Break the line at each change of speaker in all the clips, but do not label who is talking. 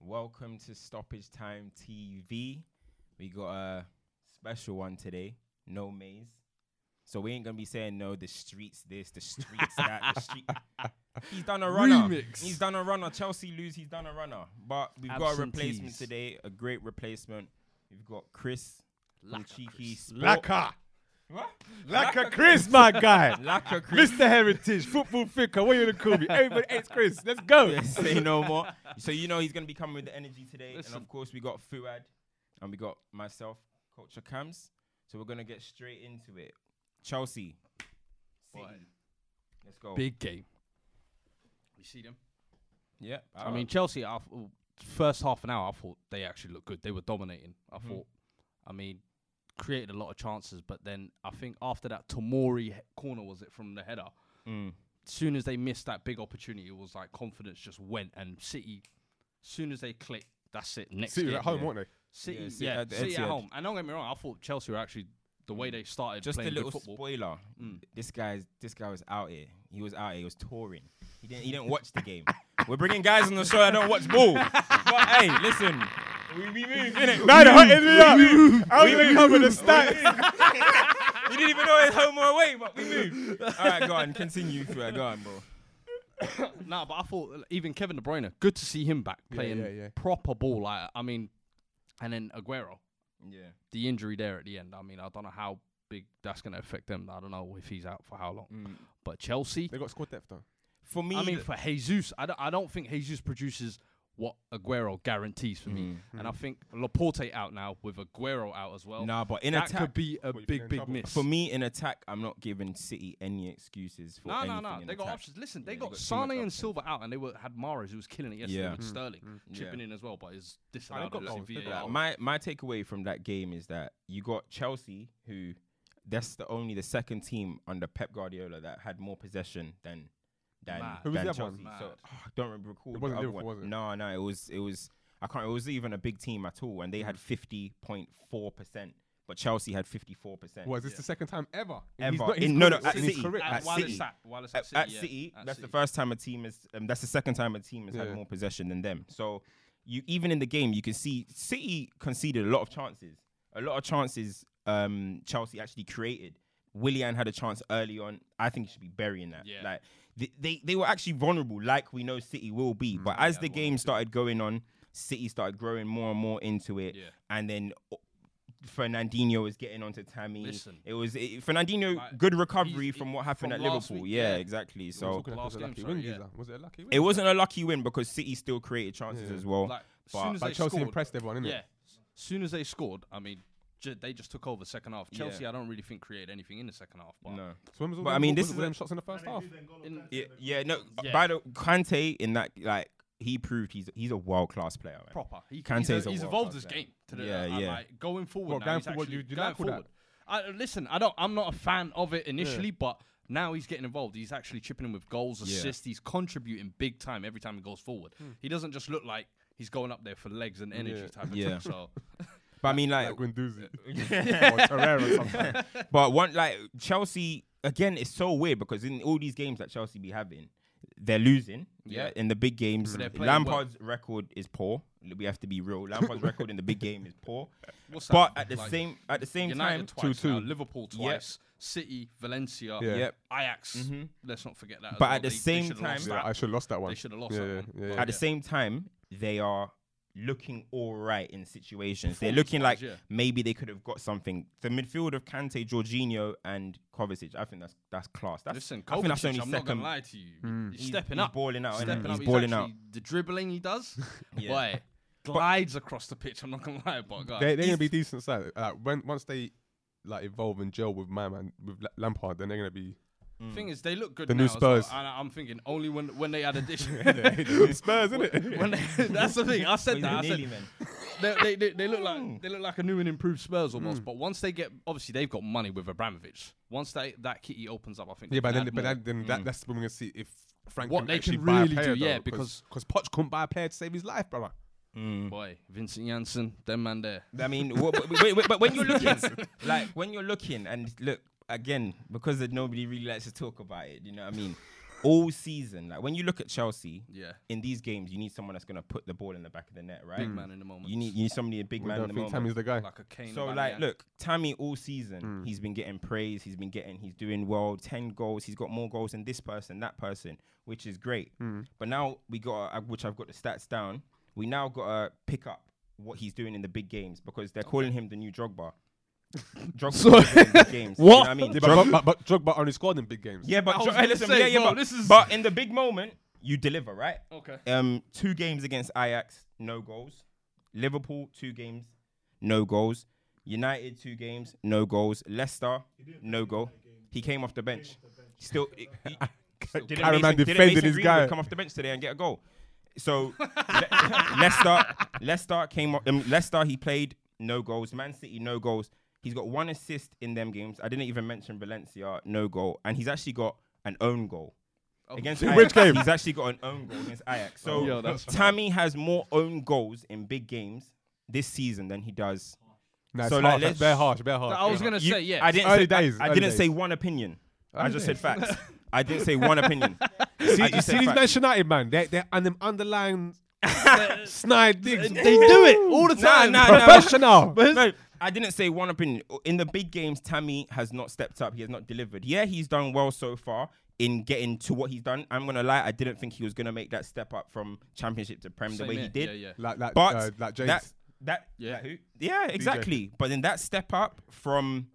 Welcome to Stoppage Time TV. We got a special one today. No maze. So we ain't gonna be saying no. The streets this, the streets that, the street. He's done a runner.
Remix.
He's done a runner. Chelsea lose. He's done a runner. But we've got a replacement
Absentees.
today. A great replacement. We've got Chris. Cheeky
Laka.
What?
Laka Chris, my guy.
Laka Chris.
Mr. Heritage, football thicker. What you gonna call me? Everybody hates Chris. Let's go.
Say no more. So you know he's gonna be coming with the energy today.
Listen.
And of course we got Fuad and we got myself, Coach Cams. So we're gonna get straight into it. Chelsea. City. Let's go.
Big game.
We see them.
Yeah.
I mean, Chelsea. I th- first half an hour, I thought they actually looked good. They were dominating. I thought. I mean, created a lot of chances, but then I think after that Tomori he- corner was it from the header.
Mm.
Soon as they missed that big opportunity, it was like confidence just went and City. Soon as they clicked, that's it. Next
City
game.
were at home,
yeah.
weren't they?
City,
Yeah,
yeah,
City
City,
at the
at,
Etihad.
home. And don't get me wrong, I thought Chelsea were actually the
Mm.
way they started
just a
playing
little
good football.
spoiler.
Mm.
This guy's this guy was out here. He was out here. He was touring. He didn't he didn't watch the game. We're bringing guys on the show that don't watch ball. but hey, listen. We, we move, innit?
Man, they're hurting me up. I was gonna come with the stats.
You didn't even know it's home or away, but we moved. All right, go on, continue. Fuad, Go on, bro.
No, but I thought uh, even Kevin De Bruyne, good to see him back
Yeah,
playing
yeah, yeah.
proper ball. I, I mean, and then Aguero,
Yeah.
the injury there at the end. I mean, I don't know how big that's going to affect them. I don't know if he's out for how long.
Mm.
But Chelsea,
They got squad depth though.
For me,
I mean,
th-
for Jesus, I don't, I don't think Jesus produces what Aguero guarantees for me.
Mm.
And
Mm.
I think Laporte out now with Aguero out as well.
nah, but in
that
attack,
could be a
you're
big,
in
big
trouble.
miss.
for me in attack, I'm not giving City any excuses for
No,
anything.
no, no.
in
They got
attack.
options. Listen,
Yeah,
they
they
got
got too
Sane
much
and
options.
Silva out, and they were had Mares, who was killing it yesterday
Yeah.
with Sterling
Mm-hmm.
chipping
Yeah.
in as well, but it's disallowed.
got
obviously,
goals, they got
VAR.
goals.
My my takeaway from that game is that you got Chelsea, who that's the only the second team under Pep Guardiola that had more possession than than,
Mad.
Who was
than
the other
Chelsea.
one?
So oh,
Mad.
I don't remember recall.
It
the
wasn't
other
Liverpool,
one.
was it?
No, no, it was it was I can't. It was even a big team at all, and they
Mm.
had fifty point four percent, but Chelsea had fifty four percent.
Was this the second time ever?
Ever.
He's not, he's
In- no, no,
correct.
at
He's
City.
correct.
At
while
City.
it's at, while it's
at,
City,
at
yeah,
City,
at
that's the
City.
first time a team is. Um, that's the second time a team has had
Yeah.
more possession than them. So you even in the game, you can see City conceded a lot of chances. A lot of chances. Um, Chelsea actually created. Willian had a chance early on. I think he should be burying that.
Yeah.
Like they, they, they were actually vulnerable, like we know City will be. But as the game started going on, City started growing more and more into it,
Yeah.
and then. uh, Fernandinho was getting onto Tammy.
Listen.
it was it, Fernandinho.
Like,
good recovery
he's-
from
he-
what happened at
from last
Liverpool.
week,
yeah,
yeah.
exactly.
We're
So
talking
Last
like it was a
game,
lucky
sorry,
win,
yeah.
Giza. Was it a lucky win?
it wasn't a lucky win because City still created chances
Yeah.
as well.
Like,
but-
soon as
But
they
Chelsea
scored,
impressed everyone, innit?
Yeah, soon as they scored, I mean, ju- they just took over the second half.
Yeah.
Chelsea, I don't really think created anything in the second half. But
no.
So when was all
But I
them-
mean,
what
this
was
is
all
a-
them shots in the first half.
in-
Yeah, yeah, no.
Yeah.
By the Kante in that like he proved he's he's a world class player. man.
proper, he,
Kante's
he's, a,
a
he's
world
evolved
class
his
player.
game to the
Yeah,
yeah,
yeah.
Like, going forward.
Well,
now,
going
he's
forward,
actually
you- you
going
like all that.
forward. I, listen, I don't. I'm not a fan of it initially, but now he's getting involved. He's actually chipping in with goals,
Yeah. Hmm.
assists. He's contributing big time every time he goes forward. He doesn't just look like he's going up there for legs and energy
Yeah.
type of
Yeah.
thing. So
But I mean, like,
Like Guendouzi. or Torreira or something.
but one like Chelsea again. It's so weird because in all these games that Chelsea be having, they're losing. Yeah,
Yeah.
in the big games,
But they're playing
Lampard's record is poor. We have to be real. Lampard's record in the big game is poor.
What's that?
But at the
Like,
same at the same time,
United twice
two-two.
now, Liverpool twice, City, Valencia,
Yeah.
Yep. Mm-hmm.
Ajax. Let's not forget that. as
But
well.
at the
They- they
same
should've lost
time-
Yeah, I
that.
should have lost that one.
they should have lost
yeah,
that
yeah,
one.
yeah,
at the
Yeah.
same time, they are looking all right in situations. They're
Performance-wise,
looking like
yeah.
maybe they could have got something. The midfield of Kante, Jorginho, and Kovacic, I think that's that's class. That's,
Listen,
I think
Kovacic,
that's only
I'm not
second.
gonna lie to you. He's,
He's-
stepping
he's
up,
balling out, innit?
stepping
He's
up.
balling out.
actually, The dribbling he does,
Yeah.
boy, glides across the pitch. I'm not gonna lie, but guys,
They, they're gonna be decent side. Like when once they like evolve and gel with my man with La- Lampard, then they're gonna be
thing is, they look good.
The
now
new
as well,
Spurs.
and I- I'm thinking only when when they had addition.
Spurs, isn't it?
when they, that's the thing. I said
He's
that. I
nearly, Mm.
said,
man.
they, they, they, they look like they look like a new and improved Spurs
Mm.
almost. But once they get, obviously they've got money with Abramovich. Once they, that kitty opens up, I think.
Yeah,
they
but
can
then,
add
but
more.
then, then that, that's when we're gonna see if Frank
Mm. What
can
they
actually
can
buy a
really
player,
do, yeah,
though,
because-
because Poch couldn't buy a player to save his life, brother.
boy, Vincent Janssen, them man there.
I mean, wha- but, but- but- but when you're looking, like when you're looking, and look again because that nobody really likes to talk about it. You know what I mean? all season. Like when you look at Chelsea
Yeah,
in these games, you need someone that's gonna put the ball in the back of the net, right?
big man in the moment.
You need you need somebody a big
We
man in
don't
the
think
moment.
Tammy's the Mm. guy.
like a cane.
so
about
like,
the-
look, Tammy all season he's been getting praise. He's been getting he's doing well. Ten goals. He's got more goals than this person, that person, which is great.
Mm.
But now we got uh, which I've got the stats down. We now got to pick up what he's doing in the big games because they're calling him the new Drogba. Drogba's
So-
doing big games. You know
What?
what I mean?
Yeah, but, but, but Drogba only scored in big games.
Yeah,
I
but
was
Dro- hey,
gonna
listen,
say,
yeah, yeah,
bro,
but,
this is-
but in the big moment, you deliver, right?
Okay.
Um, two games against Ajax, no goals. Liverpool, two games, no goals. United, two games, no goals. Leicester, no goal. He came off the bench. Still, it, it, still didn't
Karaman
Mason- didn't
defended
Mason
his
Greenwood
guy.
Come off the bench today and get a goal. So Le- Leicester, Leicester came. off- Um, Leicester, he played no goals. Man City, no goals. He's got one assist in them games. I didn't even mention Valencia, no goal, and he's actually got an own goal
Oh.
against Ajax,
Which game? Oh,
He's actually got an own goal against Ajax. So
Yo, that's
Tammy has more own goals in big games this season than he does. So,
Nah, so
like,
harsh.
let's-
they're harsh. They're harsh.
I was
They're
gonna
You-
say yeah.
I didn't
Early
say,
days,
I, I
early
didn't say
days.
one opinion. I
Early
just
days.
said facts. I didn't say one opinion. I
harsh.
just
See,
said
see these
facts.
Man United man, they they and them underlying snide digs.
they do it all the time.
nah, nah.
Professional.
No, I didn't say one opinion. In the big games, Tammy has not stepped up. He has not delivered. Yeah, he's done well so far in getting to what he's done. I'm gonna lie, I didn't think he was gonna make that step up from championship to prem
Same
the way he
here.
did.
Yeah, yeah.
Like like
But
uh, like James.
that that
Yeah.
like who? yeah exactly. But then that step up from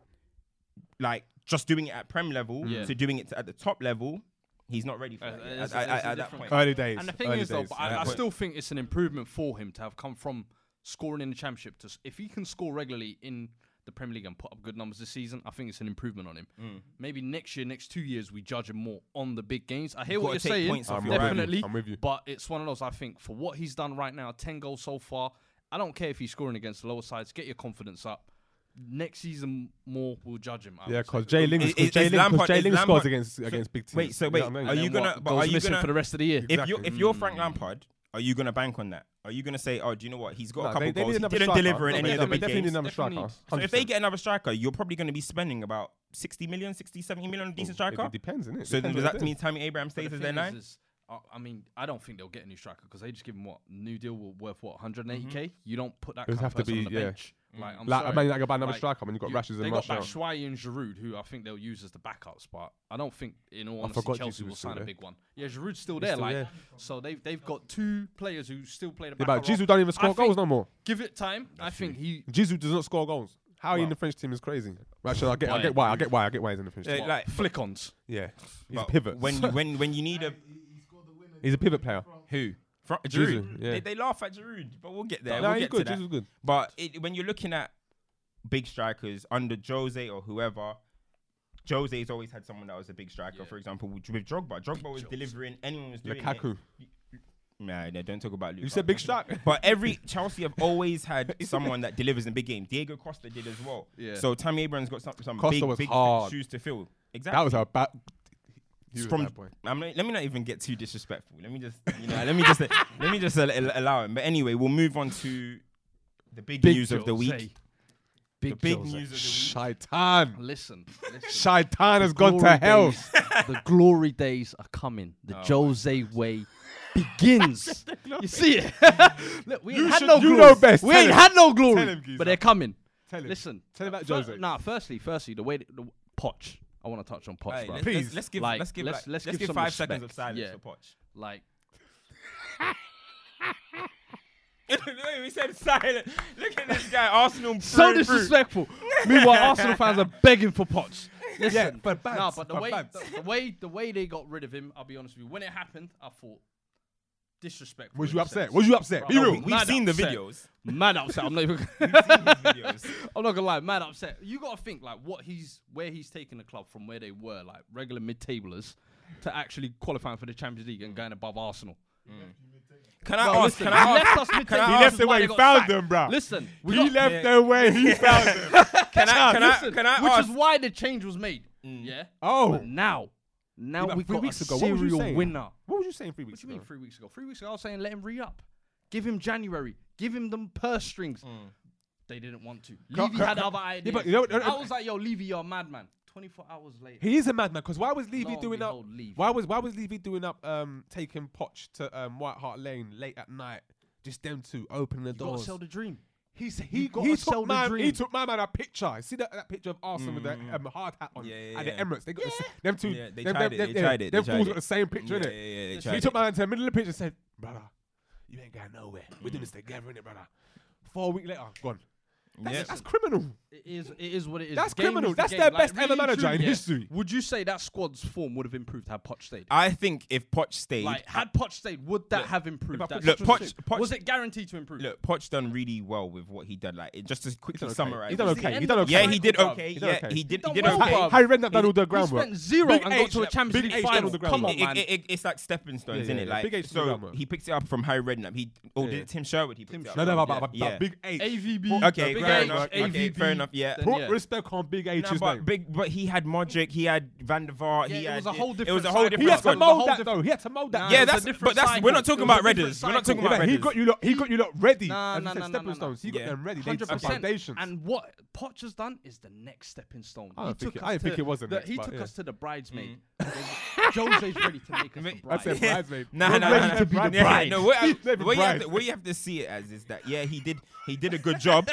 like just doing it at prem level
Yeah.
to doing it at the top level, he's not ready for
Uh,
that
it's-
yet,
it's
at, at-
a
at that
different
point.
early days.
And the thing
early
is, though,
days,
but I,
early
I
days.
still think it's an improvement for him to have come from scoring in the championship. To s- if he can score regularly in the Premier League and put up good numbers this season, I think it's an improvement on him.
Mm.
Maybe next year, next two years, we judge him more on the big games. I hear what
gotta
you're
take
saying,
points off
I'm your rival.
definitely.
I'm with you.
But it's one of those. I think for what he's done right now, ten goals so far. I don't care if he's scoring against the lower sides. Get your confidence up. Next season, more will judge him. I
Yeah,
would say.
because Jay Ling,
Is-
because
is
Jay Ling,
Lampard-
because Jay
is
Ling
Lampard-
scores against against big teams.
Wait, so
You know
wait,
what I mean?
are you
And
gonna-
what?
but
Goals
are you
missing
gonna-
for the rest of the year?
If you
Exactly. Mm.
if you're Frank Lampard, are you gonna bank on that? Are you gonna say, oh, do you know what? He's got
No,
a couple
they- they need
goals. He
another
didn't
striker.
deliver in
No,
any
they
of the big
definitely need
games.
another
Definitely
striker.
needs-
So if they
100%.
get another striker, you're probably going to be spending about 60 million, 60, 70 million on a decent
it
striker.
depends, innit?
So then
Depends
does
what
that
they
mean Tammy Abraham
But
stays
the
as their
thing is,
nine?
is, I I mean, I don't think they'll get a new striker because they just give him what new deal wo- worth what 180k. You don't put that
It'd
kind
have
of
to
person on
be,
the
yeah.
bench. Like, I'm
Like, I
sorry.
mean, like about another
Like,
striker, when you got
you-
Rashes
They
and
got
Martial.
Batshuayi and Giroud, who I think they'll use as the backups. But I don't think, in all honesty,
forgot
Chelsea
Giroud
will
was still
sign a
there.
big one. Yeah, Giroud's still there.
still
like,
there.
so they've they've got two players who still play the
Yeah,
back.
but Jesus don't even score goals no more.
Give it time. I think he.
Jesus does not score goals. How he in the French team is crazy. Right, so I get, I
Why?
get why, I get why, I get why he's in the French
Uh,
team.
like,
Flick ons.
Yeah, he's a
but
pivot.
When you, when when you need a
he's a pivot player.
who Fra-
Giroud,
Giroud,
yeah.
they, they laugh at Giroud, but we'll get there.
No,
we'll
he's
get
good.
To that.
Jesus is good.
But it, when you're looking at big strikers under Jose or whoever, Jose's always had someone that was a big striker. For example, with with Drogba, Drogba was delivering. Anyone was doing
Lukaku.
it. Nah, no, don't talk about Lukaku.
You said big shot.
But every Chelsea have always had someone that delivers in big games. Diego Costa did as well.
Yeah.
So Tammy Abraham's got some, some
Costa
big,
was
big
hard.
shoes to fill. Exactly.
That was a bad. He was a
from.
bad boy.
I'm not, let me not even get too disrespectful. Let me just, you know, let me just, let me just al- al- allow him. But anyway, we'll move on to the big, news of the
Jose.
week.
Big,
The big
Jose.
news of the week.
Shaitan.
Listen, listen.
Shaitan has gone to hell. Oh
days- the glory days are coming. The Jose way begins. you see it? Look, we ain't had
should-
no
you
glory.
know best.
We
Tell
ain't
him.
had no glory,
him, Giza.
but they're coming.
Tell him.
Listen,
Tell him about
fir-
Jose.
Nah, firstly, firstly, the way that, the, Poch. I want to touch on Poch,
Alright,
bro.
let's,
Please.
let's, let's give,
Like,
let's give,
let's-
like,
let's
let's,
give
give
some
five seconds of
respect.
silence
Yeah.
for Poch.
Like,
we said silent. Look at this guy, Arsenal.
so
through and through.
disrespectful. Meanwhile, Arsenal fans are begging for Poch. Listen,
Yeah, but
nah,
Babs,
but the
but
way
Babs.
the, the way the way they got rid of him, I'll be honest with you. When it happened, I thought disrespectful.
Was
in
you
a
upset?
sense.
Was you upset? Be
Bro,
No,
real.
we, we've
Mad
seen the
upset.
videos.
mad upset. I'm not even.
videos.
I'm not gonna lie, mad upset. You gotta think like what he's where he's taken the club from where they were like regular mid tablers to actually qualifying for the Champions League and going above Arsenal.
Can I
Bro,
ask?
listen,
Can
he
I ask?
left us mid
I
table.
ask-
He left the way he found them, bro.
Listen, we
He
got-
left the way he found them.
Can I? Can I?
listen,
Can I
which
ask?
is why the change was made. Yeah.
Oh,
But now, now
about
we've
three
got
weeks
a
ago, what was you
serial
saying?
winner.
what was you saying three weeks
What do
ago?
you mean three weeks ago? Three weeks ago, I was saying let him re up. Give him January. Give him them purse Mm. strings. They didn't want to. Levy
ca-
had
ca-
other
yeah,
ideas.
but you know what- uh,
I was like, yo, Levy, you're a madman. 24 hours later.
He is a madman because why was Levy
Lo and
doing up?
behold, Levy.
Why was why was Levy doing up? Um, taking Poch to um White Hart Lane late at night. Just them two opening the
you gotta
doors.
sell the dream.
He's
you
he
gotta
he
sell
took
the
my he
dream.
took my man a picture. See that, that picture of Arsenal with that um, hard hat on
Mm-hmm. Yeah, yeah,
at
yeah.
the Emirates. They got the s- them two.
Yeah, they tried
them, them,
it,
them-
they
yeah,
tried it, they
Them
tried
fools
it.
got the same picture
yeah,
in
yeah,
it.
yeah, they
He
He
tried
took
it.
my hand to the middle of the pitch and said, "Brother, you ain't going nowhere. We're doing this together, innit, brother?" Four week later, gone. That's,
Yeah.
that's criminal.
It is. It is what it is.
That's
The game
criminal.
is the
That's
game.
their
Like,
best ever
really
manager
truly,
in
yeah.
history.
Would you say that squad's form would have improved had Poch stayed?
I think if Poch stayed,
Like, had Poch stayed, would that
Look,
have improved?
I
put-
That's just
look,
the
Poch-
thing.
Poch-
was it guaranteed to improve?
look, Poch done really well with what he done. Like, it, just to quickly
He's done okay.
summarize,
He's done
It's the
okay.
end
He's done
of the
okay.
yeah, he
cycle,
did
bruv.
okay.
He done
yeah,
okay.
he did. He
done
did
well,
okay.
bruv.
Harry Redknapp done
He-
all the
he
groundwork.
spent zero
Big
and got
H-
to the Champions
Big
League
H done all
final.
the
Come
groundwork.
on,
It- it-
man.
it- it- it's like stepping stones,
Yeah,
isn't
yeah,
it?
yeah.
Like,
Big H
so
done well.
he picked it up from Harry Redknapp. He oh,
Yeah,
did
yeah.
it Tim Sherwood? He picked
Tim
it up
No,
from,
no, but,
yeah.
but, but
yeah.
Big H.
AVB.
Okay,
Big
fair
H,
enough. Okay,
AVB.
fair enough. Yeah.
Then,
Put
yeah.
respect on Big H's
Nah, but
name.
big, but he had Modric, he had Van der Vaart,
Yeah,
he
it
had
was a whole
It was
different
a whole
side.
he
different
It
had to
squad.
was a whole
mold that
diff-
though. He had to mold
Nah,
that.
it
yeah,
was a
that's
different
but that's we're not
cycle.
talking
It was
about
a different
Redders. We're not talking
cycle.
about
Yeah, but he
Redders.
got you lot. He got you lot ready.
Nah,
As you
nah,
said,
nah, nah,
stepping
nah, nah.
stones. He got
Yeah.
them ready. They
Hundred
set
percent.
foundations.
And what Poch has done is the next stepping stone.
I
He
don't think
took
it- I
us
don't think
to
it was the next,
He
but
took
yeah.
us to the bridesmaid. Jose's ready to make us the
I said
bride.
bridesmaid.
Nah,
You're
nah,
ready
nah,
to be
nah.
the
Yeah,
bride.
No, what, I,
You're the
what you have
bride.
to, what you have to see it as is that yeah, he did he did a good job,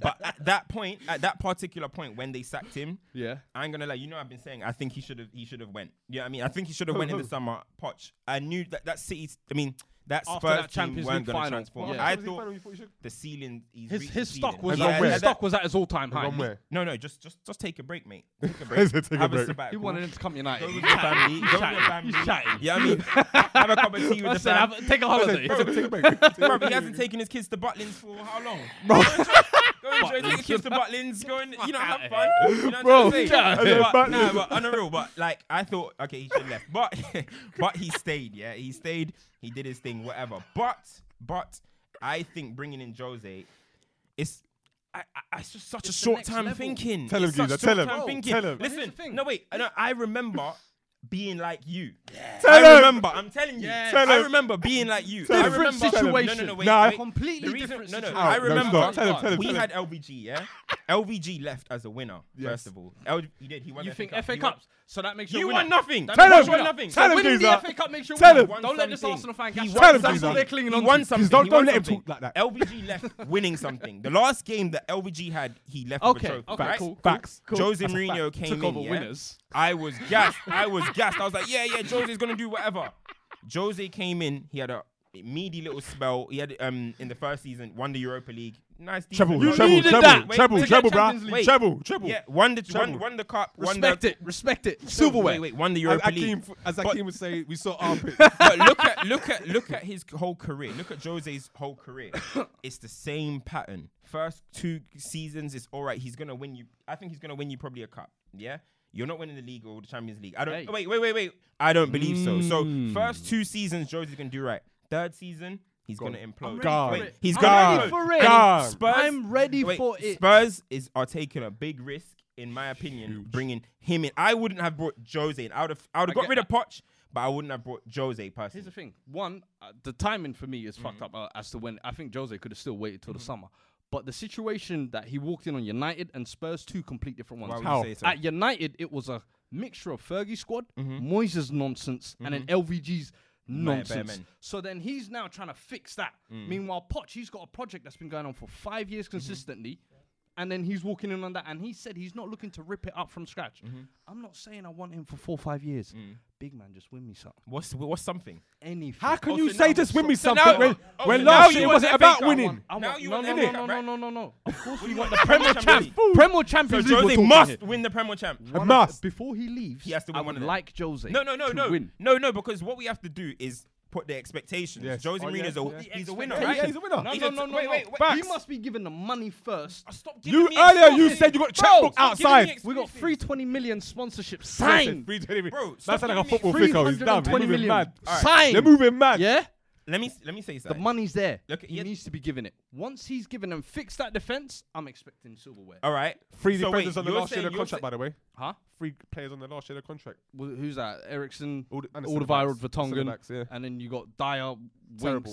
but at that point, at that particular point when they sacked him,
Yeah.
I ain't gonna lie. You know, I've been saying I think he should have he should have went. Yeah, I mean, I think he should have went in the summer. Poch, I knew that that City. I mean, that
After
Spurs
that Champions
team weren't
League
gonna
final.
transform.
Yeah.
I
Was he final?
thought
You thought you should-
the ceiling. He's
His
reached
his
the
stock
ceiling.
was
Yeah,
at,
yeah,
his
yeah.
stock was at his all time
Gone
high.
where?
No, no, just just just take a break, mate. Take a break.
Take a
Have
break.
a sabbatical.
He wanted him to come
Go
United.
with your family. Go with your
chatting.
family.
He's chatting.
Yeah, I mean, have a cup of tea with the
Listen,
fam.
have- take a holiday.
Take a- take a break. Take a
Bro,
break.
he hasn't taken his kids to Butlins for how long? Go enjoy- Go enjoy, take your kids to Butlins. Go and you know have fun. You know
Bro,
what I'm
yeah,
saying?
yeah,
but,
Butlins.
nah, but on the real, but like I thought, okay, he should have left, but but he stayed. Yeah, he stayed. He did his thing, whatever. But but I think bringing in Jose, it's. I, I, it's just such
It's
a
the
short
next
time
level.
thinking.
Tell
It's
him,
such
Giza, tell him.
short-term
Bro,
thinking.
tell him.
Here's the
Listen,
thing.
no wait, I, know, I remember being like you.
Tell
I
him.
remember. I'm telling you.
Yes.
Tell
I
him.
remember being like you.
Tell
I
him.
remember,
Situation.
No, no, no, wait,
Nah,
wait.
Completely
The reason-
different
No, no.
situation.
I
Oh, no,
remember.
stop. Tell him, tell him,
we
tell him.
had LVG. Yeah. LVG left as a winner.
Yes.
First of all, L- he did. He won.
You
the
think
Cup.
FA
He won-
Cups? So that makes you
You
winner.
won nothing.
That
Tell him,
makes you a
Giza.
winner.
Tell
So
him,
winning the
Giza.
FA Cup makes you a
Tell
winner.
him.
Don't
Won
let this
something.
Arsenal fan
He
catch
won
Tell him,
something.
Giza.
They're clinging
He
on.
won something.
don't-
He
don't
won
let him
something.
talk like that.
LVG left winning something. The last game that LVG had, he left with a
Okay.
trophy.
Okay.
right?
Cool.
Facts.
cool.
Jose
That's a fact.
Mourinho came
Took
in.
over
yeah?
winners.
I was gassed. I was gassed. I was like, yeah, yeah, Jose's gonna do whatever. Jose came in. He had a meaty little spell. He had um in the first season won the Europa League. Nice. decent
Treble,
run.
treble,
needed
treble,
that
Wait,
treble,
wait,
treble,
wait,
bruh.
wait.
Treble, treble.
Yeah, won the
Treble.
won, won the cup. won
Respect
the,
it. Respect it.
No,
Silverware.
Wait, wait, won the
As
Europa League.
Akeem, as
But-
Akeem would say, we saw armpits.
but look at look at look at his whole career. Look at Jose's whole career. It's the same pattern. First two seasons, it's all right. He's gonna win you. I think he's gonna win you probably a cup. Yeah. You're not winning the league or the Champions League. I don't.
Hey. Mm.
Wait, wait, wait, wait. I don't believe so. So first two seasons, Jose's gonna do right. Third season, he's gonna implode.
God.
Wait, He's
I'm
gonna
ready
implode.
for it.
God.
Spurs,
I'm ready
wait,
for it.
Spurs is are taking a big risk, in my opinion, bringing him in. I wouldn't have brought Jose in. I would have. I would have got
get
rid of Poch, but I wouldn't have brought Jose. Personally,
Here's the thing. One, uh, the timing for me is fucked
Mm-hmm.
up uh, as to when I think Jose could have still waited till the summer. But the situation that he walked in on United and Spurs, two complete different ones.
Why would
How?
you say so?
At United, it was a mixture of Fergie's squad,
Mm-hmm.
Moyes' nonsense, and then LVG's nonsense.
men. Mm.
So then he's now trying to fix that. Meanwhile, Poch, he's got a project that's been going on for five years
Mm-hmm.
consistently. And then he's walking in on that, and he said he's not looking to rip it up from scratch.
Mm-hmm.
I'm not saying I want him for four or five years.
Mm.
Big man, just win me something.
What's what's something?
Anything.
How can
Oh,
you
so
say
now-
just win me
so
something
now-
when,
oh,
when
so now
last
you
year it
want
wasn't
FA
about
Cup, I
winning?
want-
I
Now
want,
you
no,
want
no,
the
no,
League
no,
Cup,
no,
right?
no, no, no. Of course, we
you
want the
want the
Premier
Premier
Champ.
League.
Premier Champions
So
League. we're
Jose
talking
must
here.
win the Premier Champ.
One of-
must.
Before he leaves,
He has to
I
win one
would
of them.
like Jose.
No, no, no,
to
no,
Win.
no, no. Because what we have to do is put the expectations.
Yes.
Jose
Oh,
Mourinho's
yeah,
a
yeah.
he's a winner,
Yeah,
right?
yeah, he's a winner.
No,
He's
no,
a-
no, no,
wait,
no.
wait, wait.
He
Facts.
must be given the money first.
Stop giving
You
me
earlier you
excuses.
said you got a
Bro,
checkbook
stop giving
outside.
me
We got
excuses.
free twenty million sponsorship
Sign.
signed.
Bro,
Bro,
stop
that's like a
giving me
football
Three
fico. He's
hundred
done.
and
They're
twenty
moving
million
mad.
All right.
signed.
They're moving mad.
Yeah,
Let me let me say
the
something.
money's there.
Look at-
he
yeah.
needs to be given it. Once he's given and fixed that defense, I'm expecting silverware.
All right,
Three
So wait,
defenders on the
you're
last year
saying-
of the
you're
contract,
sa-
by the way.
Huh?
Three players on the last year of the contract.
Wh- Who's that? Ericsson,
All the- and the
Alderweireld,
centre-backs. Centre-backs,
Vertonghen,
yeah.
and then you got Dyer,
Terrible.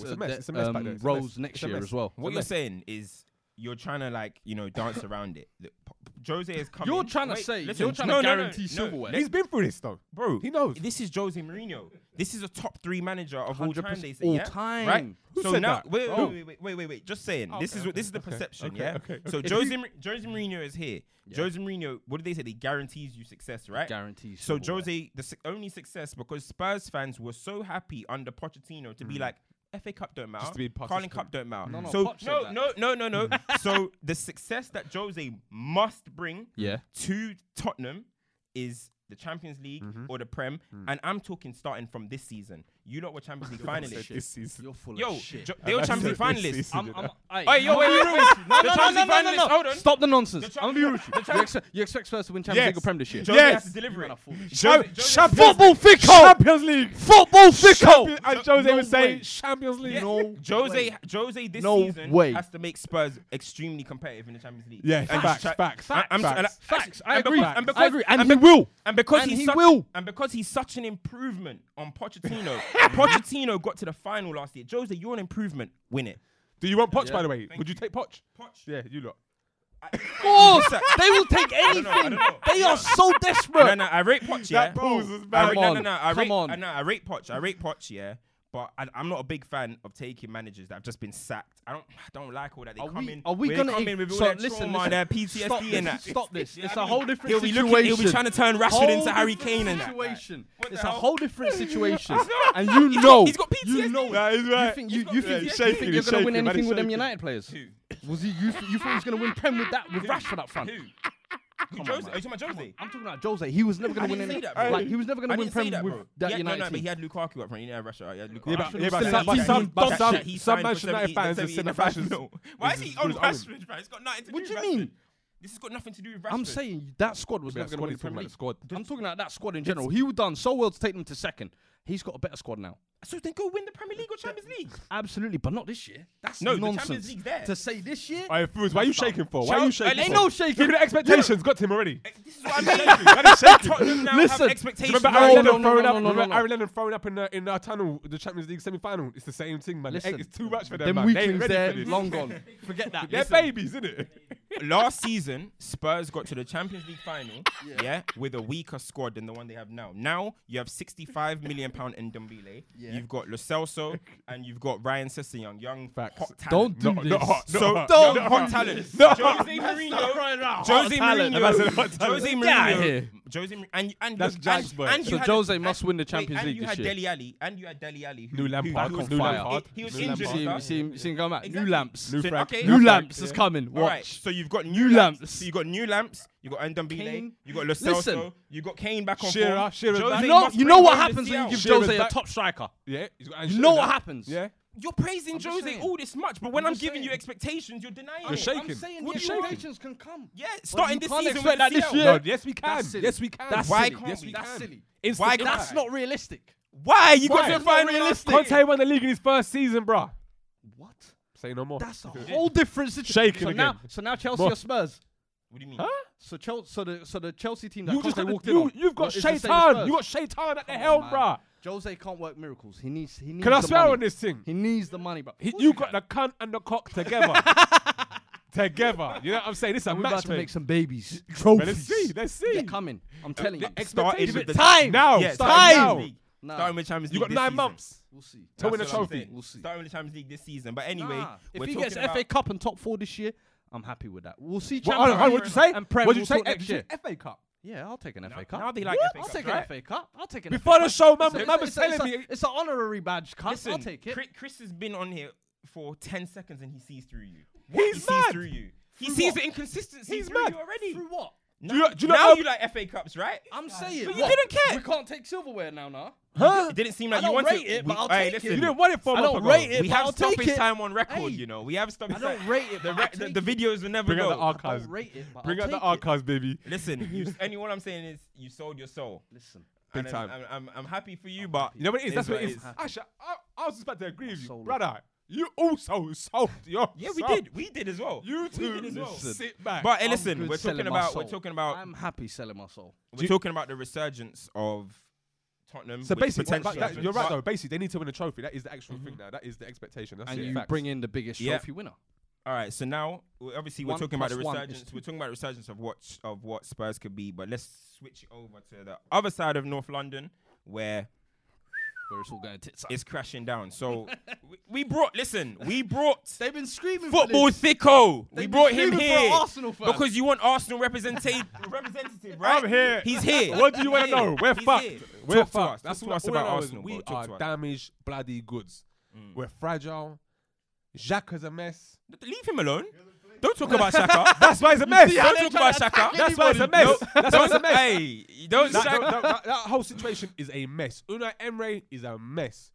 Winks,
It's a
uh,
mess.
De-
It's a mess back
um,
there. It's a
Rose
mess.
next
It's a
year
mess.
as well.
What you're saying is you're trying to like you know dance around it. The- p- Jose is coming.
You're trying to
Wait,
say
listen,
you're trying
no,
to
no, no,
guarantee
no.
silverware.
He's been through this though.
Bro,
He knows.
This is Jose Mourinho. This is a top three manager of all time.
100%
They say,
all
yeah?
time.
right?
Who
so
said
now,
that?
Wait,
Oh.
wait, wait, wait, wait, wait, wait. Just saying, this
Okay,
is
okay,
what this is the
okay,
perception,
okay,
yeah.
okay,
So
okay.
Jose Mou- Jose Mourinho is here.
Yeah.
Jose Mourinho, what do they say? They guarantees you success, right?
Guarantees.
So Jose, the su- only success because Spurs fans were so happy under Pochettino to be like FA Cup don't matter,
Hmm. to be Hmm.
Carling
participant.
Cup don't matter.
No, no,
so
Poch said
no,
that.
no, no, no, no. so the success that Jose must bring
Yeah.
to Tottenham is the Champions League
Mm-hmm.
or the Prem,
Hmm.
and I'm talking starting from this season. You lot were Champions League finalists.
This season.
You're full of
Yo,
shit.
Jo- they were
That's
Champions League
it, this
finalists.
season.
I'm, I'm, aye.
Hey, yo, wait, wait, wait.
No,
The
no, no,
Chelsea
no, no, no,
finalists,
no.
hold on.
Stop the nonsense.
The
I'm gonna be
Chelsea-
rude. to
the
you. You
Chelsea-
expect, you expect Spurs to win Champions
Yes.
League or Prem this year?
Jose
Yes.
has to deliver it.
Cham-
Jose- Jose-
Champions-
Football fickle.
Champions League.
Football fickle.
Champion- And Jose
No
was saying
way.
Champions League.
Yeah. Jose, Jose, this
No
season
way.
has to make Spurs extremely competitive in the Champions League.
Yeah,
And
facts,
Cha-
facts,
I- I'm-
facts,
and I-
facts.
Facts. I
and
agree.
because- and
I
because-
agree. And
and
he
be-
will.
And because
And
he's
he
such,
will.
And because he's such an improvement on Pochettino. Pochettino got to the final last year. Jose, you're an improvement. Win it.
Do you want Poch, by
Yeah.
the way?
Thank
Would you
you.
take Poch?
Poch.
Yeah, you lot.
Of course. They will take
don't know, I
anything.
don't know.
They are so
No,
desperate.
no, I rate Poch. Yeah,
That pause was
I
bad.
rate,
Come
no, no,
on,
no, I
come
rate,
on.
I, no, I rate Poch. I rate Poch. Yeah, but I, I'm not a big fan of taking managers that have just been sacked. I don't, I don't like all that. They
Are
come
we,
in.
are we
they
gonna
come
ig-
in with all
so
their
listen,
trauma,
listen,
their PTSD
stop
and
this,
that?
Stop this. It's
I
a
mean,
whole different
he'll be
situation.
looking- he'll be trying to turn Rashford
Whole
into Harry
different
Kane and that.
Situation.
What the
It's a
hell?
whole different situation.
not.
and you
He's got-
know,
he's got
You
PTSD.
know,
Nah, he's
you
right.
think
He's
you,
got
you
PTSD.
think,
He's
you think
shaking,
you're
he's
gonna win
shaking, man,
anything
he's
with them
shaking.
United players?
Who?
Was he? You, th- you think he's gonna win Prem with that with Rashford up front?
Who?
Come on,
Jose?
man.
Are you talking about Jose?
I'm talking about Jose. He was never
I
gonna win
didn't
any.
say that, bro.
Like he was never
I
gonna win
didn't say
Prem
that,
with
bro.
that
yeah, no,
United
no, but
team.
he had Lukaku up front. He didn't have Rashford. He had Lukaku.
Yeah, but,
Rashford
yeah,
was still
but some,
in that team.
some,
But
some,
that-
he
some,
signed for
Manchester United
70
fans have
70
seen the
fashion.
fashions.
No. Why is he
It's as
on
good as Owen.
Rashford, bro? It's got nothing to
What
do
do
with
you mean?
Rashford. This has got nothing to do with Rashford.
I'm saying that squad was
Yeah,
never
squad
going to win
is
the Premier League.
talking about the squad.
I'm talking about that squad in general. He would done so well to take them to second. He's got a better squad now.
So then go win the Premier League or Champions League.
Absolutely, but not this year. That's
No, the
nonsense.
Champions League's there.
To say this year,
Hey, Fools, why are you shaking for? Why are you
Shout-
shaking
Ain't
for?
no
shaking.
Look at the expectations. Got to him already.
This is what I mean. Tottenham now
Listen,
have expectations.
Remember
No,
Aaron
no,
Lennon
no,
throwing
no,
up?
no, no,
Remember
no.
Aaron Lennon throwing up in the in our tunnel, the Champions League semi-final. It's the same thing, man.
Listen,
it's too much for them.
them
man. They ain't
weaklings
ready
there,
for this.
long gone. Forget that.
They're babies, isn't it?
Last season, Spurs got to the Champions League final, yeah. with a weaker squad than the one they have now. Now you have 65 million pound in Dembele. You've got Lo Celso and you've got Ryan Sessegnon, young
Facts.
hot talent.
Don't do
Not-
this.
not hot, not
so
hot.
don't
Not
hot
hot.
talent.
Not hot.
Jose Mourinho.
Hot
Jose
talent.
Mourinho.
That's a hot talent.
Jose
Get outta
Mourinho.
here.
Jose Mourinho. And, and
That's
and-
Jags, boy.
and you
So
had-
Jose
and-
must win the
wait,
Champions
and
League
you
this
had
year.
Deli Ali, and you had Deli Ali, who,
New
who-
Lampard
who
on
was
fire.
He was
New
injured.
You
and
see him,
Lampard.
you
stuff.
see him, you see him going back.
Exactly.
New lamps.
New
So-
Frank.
okay.
New
Frank,
lamps is coming.
All right,
Watch.
so you've got new
Lamps.
lamps. So you got new lamps. You got Ndombele.
Kane.
You got Lo Celso.
Listen.
You got Kane back on
Shearer,
form.
Shearer's
Jose
back.
You know,
must
you
bring
know what
Jose
happens when
out.
you give
Shearer's
Jose a
back.
top striker.
Yeah. he's got Aaron
You
Shearer
know what
now.
happens.
Yeah.
You're praising
I'm just
Jose
saying.
all this much, but when I'm,
just
giving you
saying.
expectations, you're denying
I'm
it.
shaking.
I'm saying
What
the
are you
expectations can come.
Yeah,
But
starting
you
this
can't
season
expect
with
that this
CL.
year.
No, yes, we can.
That's silly.
Yes, we can.
That's
Why
silly.
can't
yes,
we?
we That's
can.
silly.
Instant
Why
That's
Why?
not realistic.
Why you
Why?
got to
That's
the
not
final
realistic.
last year?
Conte won the league in his first season, bruh.
What?
Say no more.
That's a whole different situation.
Shaking
so
again.
now, so now Chelsea
More.
are Spurs.
What do you mean?
Huh?
So Chelsea, so the so the Chelsea team that
You just
Conte
got
walked
the,
in
you,
on
you've got
is the same as
Shaitan.
Spurs.
You got Shaitan at the
Come on,
helm,
man.
bruh.
Jose can't work miracles. He needs. He needs
Can I
the
swear
money.
on this thing?
He needs the money, bro.
He- you got the cunt and the cock together. together. You know what I'm saying? This is a
We're
match
about to
made.
make some babies.
Well,
Trophies.
let's see. Let's see.
They're coming. I'm telling you.
expect-
Starting
Give
with
it
the
time.
Now.
Yeah,
Start
starting
now.
with Champions League.
Nah.
Starting with Champions
You
League.
got
this
nine
season.
months
We'll see.
to win a
That's what I'm
trophy.
saying.
We'll see.
Starting with the Champions League this season. But anyway,
Nah. If
we're
he
talking
gets
about
FA Cup and top four this year, I'm happy with that. We'll see.
What
Champions
hold on,
League
what'd you say?
and Prem.
What'd you
we'll
say?
talk next year.
FA Cup.
Yeah, I'll take an FA Cup.
now they like
What?
FA
I'll
Cup,
take
right?
an FA Cup. I'll take an
Before
FA
the
Cup.
show, man,
It's
man
a-
was
it's a-
telling
it's
me.
a- It's an honorary badge. cup. I'll take it.
Chris, Chris has been on here for 10 seconds and he sees through you.
He's
he
mad.
sees through you. He
Through
sees
what?
the inconsistency
He's
through
mad.
you already.
Through what?
Now,
Do you- do you
now
know-
you like FA Cups, right?
I'm saying.
But you
what?
didn't care.
We can't take silverware now, nah.
Huh?
It didn't seem like
I
you
don't
wanted
rate it,
we-
but I'll
Hey,
take
listen,
it.
You didn't want it for
I
a
don't
month
rate
ago.
it.
We
but
have
I'll
stoppage
take it.
time on record,
Hey.
you know. We have stoppage
I don't
time.
rate it.
The,
but I'll
re- the,
take
the
it.
videos will never
Bring
go.
out the
I'll
archives.
rate it. But
Bring
I'll
out the
take it.
archives, baby.
Listen, you, only what I'm saying is you sold your soul.
Listen.
Big
And
time.
I'm, I'm, I'm, I'm happy for you, but
You know what it is? That's what it is.
is.
Actually, I, I was just about to agree with you,
Sold it.
brother. You also sold your.
Yeah, we
soul.
did. We did as well.
You
We
two
did as well.
listen. sit back.
But hey,
I'm
listen,
good
we're talking
selling my
about we're
soul.
talking about
I'm happy selling my soul.
We're talking about the resurgence of Tottenham.
so
which
basically,
potentially-
that- you're
Mm-hmm.
right though. Basically, they need to win a trophy. That is the actual thing now. That is the expectation. That's
and
it.
you
Facts.
bring in the biggest
Yeah.
trophy winner.
All right, so now we- obviously we're
One
talking about the
plus one is
resurgence.
two.
We're talking about the resurgence of what s- of what Spurs could be, but let's switch it over to the other side of North London where
Where it's all going tits up.
it's crashing down. So we, we brought listen, we brought
They've been screaming
football thicko.
They've
we
been
brought him
screaming for an
here
Arsenal fan.
because you want Arsenal representat- representative, right?
I'm here.
He's here.
What do you wanna
He's
know?
here.
We're
He's
fucked.
here.
We're
Talk to us.
fucked.
Talk
That's
to
what-
us
all I
about
know is
Arsenal.
We
bro. Talk
are
to us. Mm.
damaged bloody goods. We're fragile. Xhaka is a mess.
Leave him alone. Don't talk about Shaka.
That's why it's a mess.
see how
don't
they're
talk about
trying to
Shaka.
attack
That's why it's a
anybody.
mess. That's why it's a mess.
Hey, you don't
That,
Shaka.
that- that- that whole situation is a mess. Una Emre is a mess.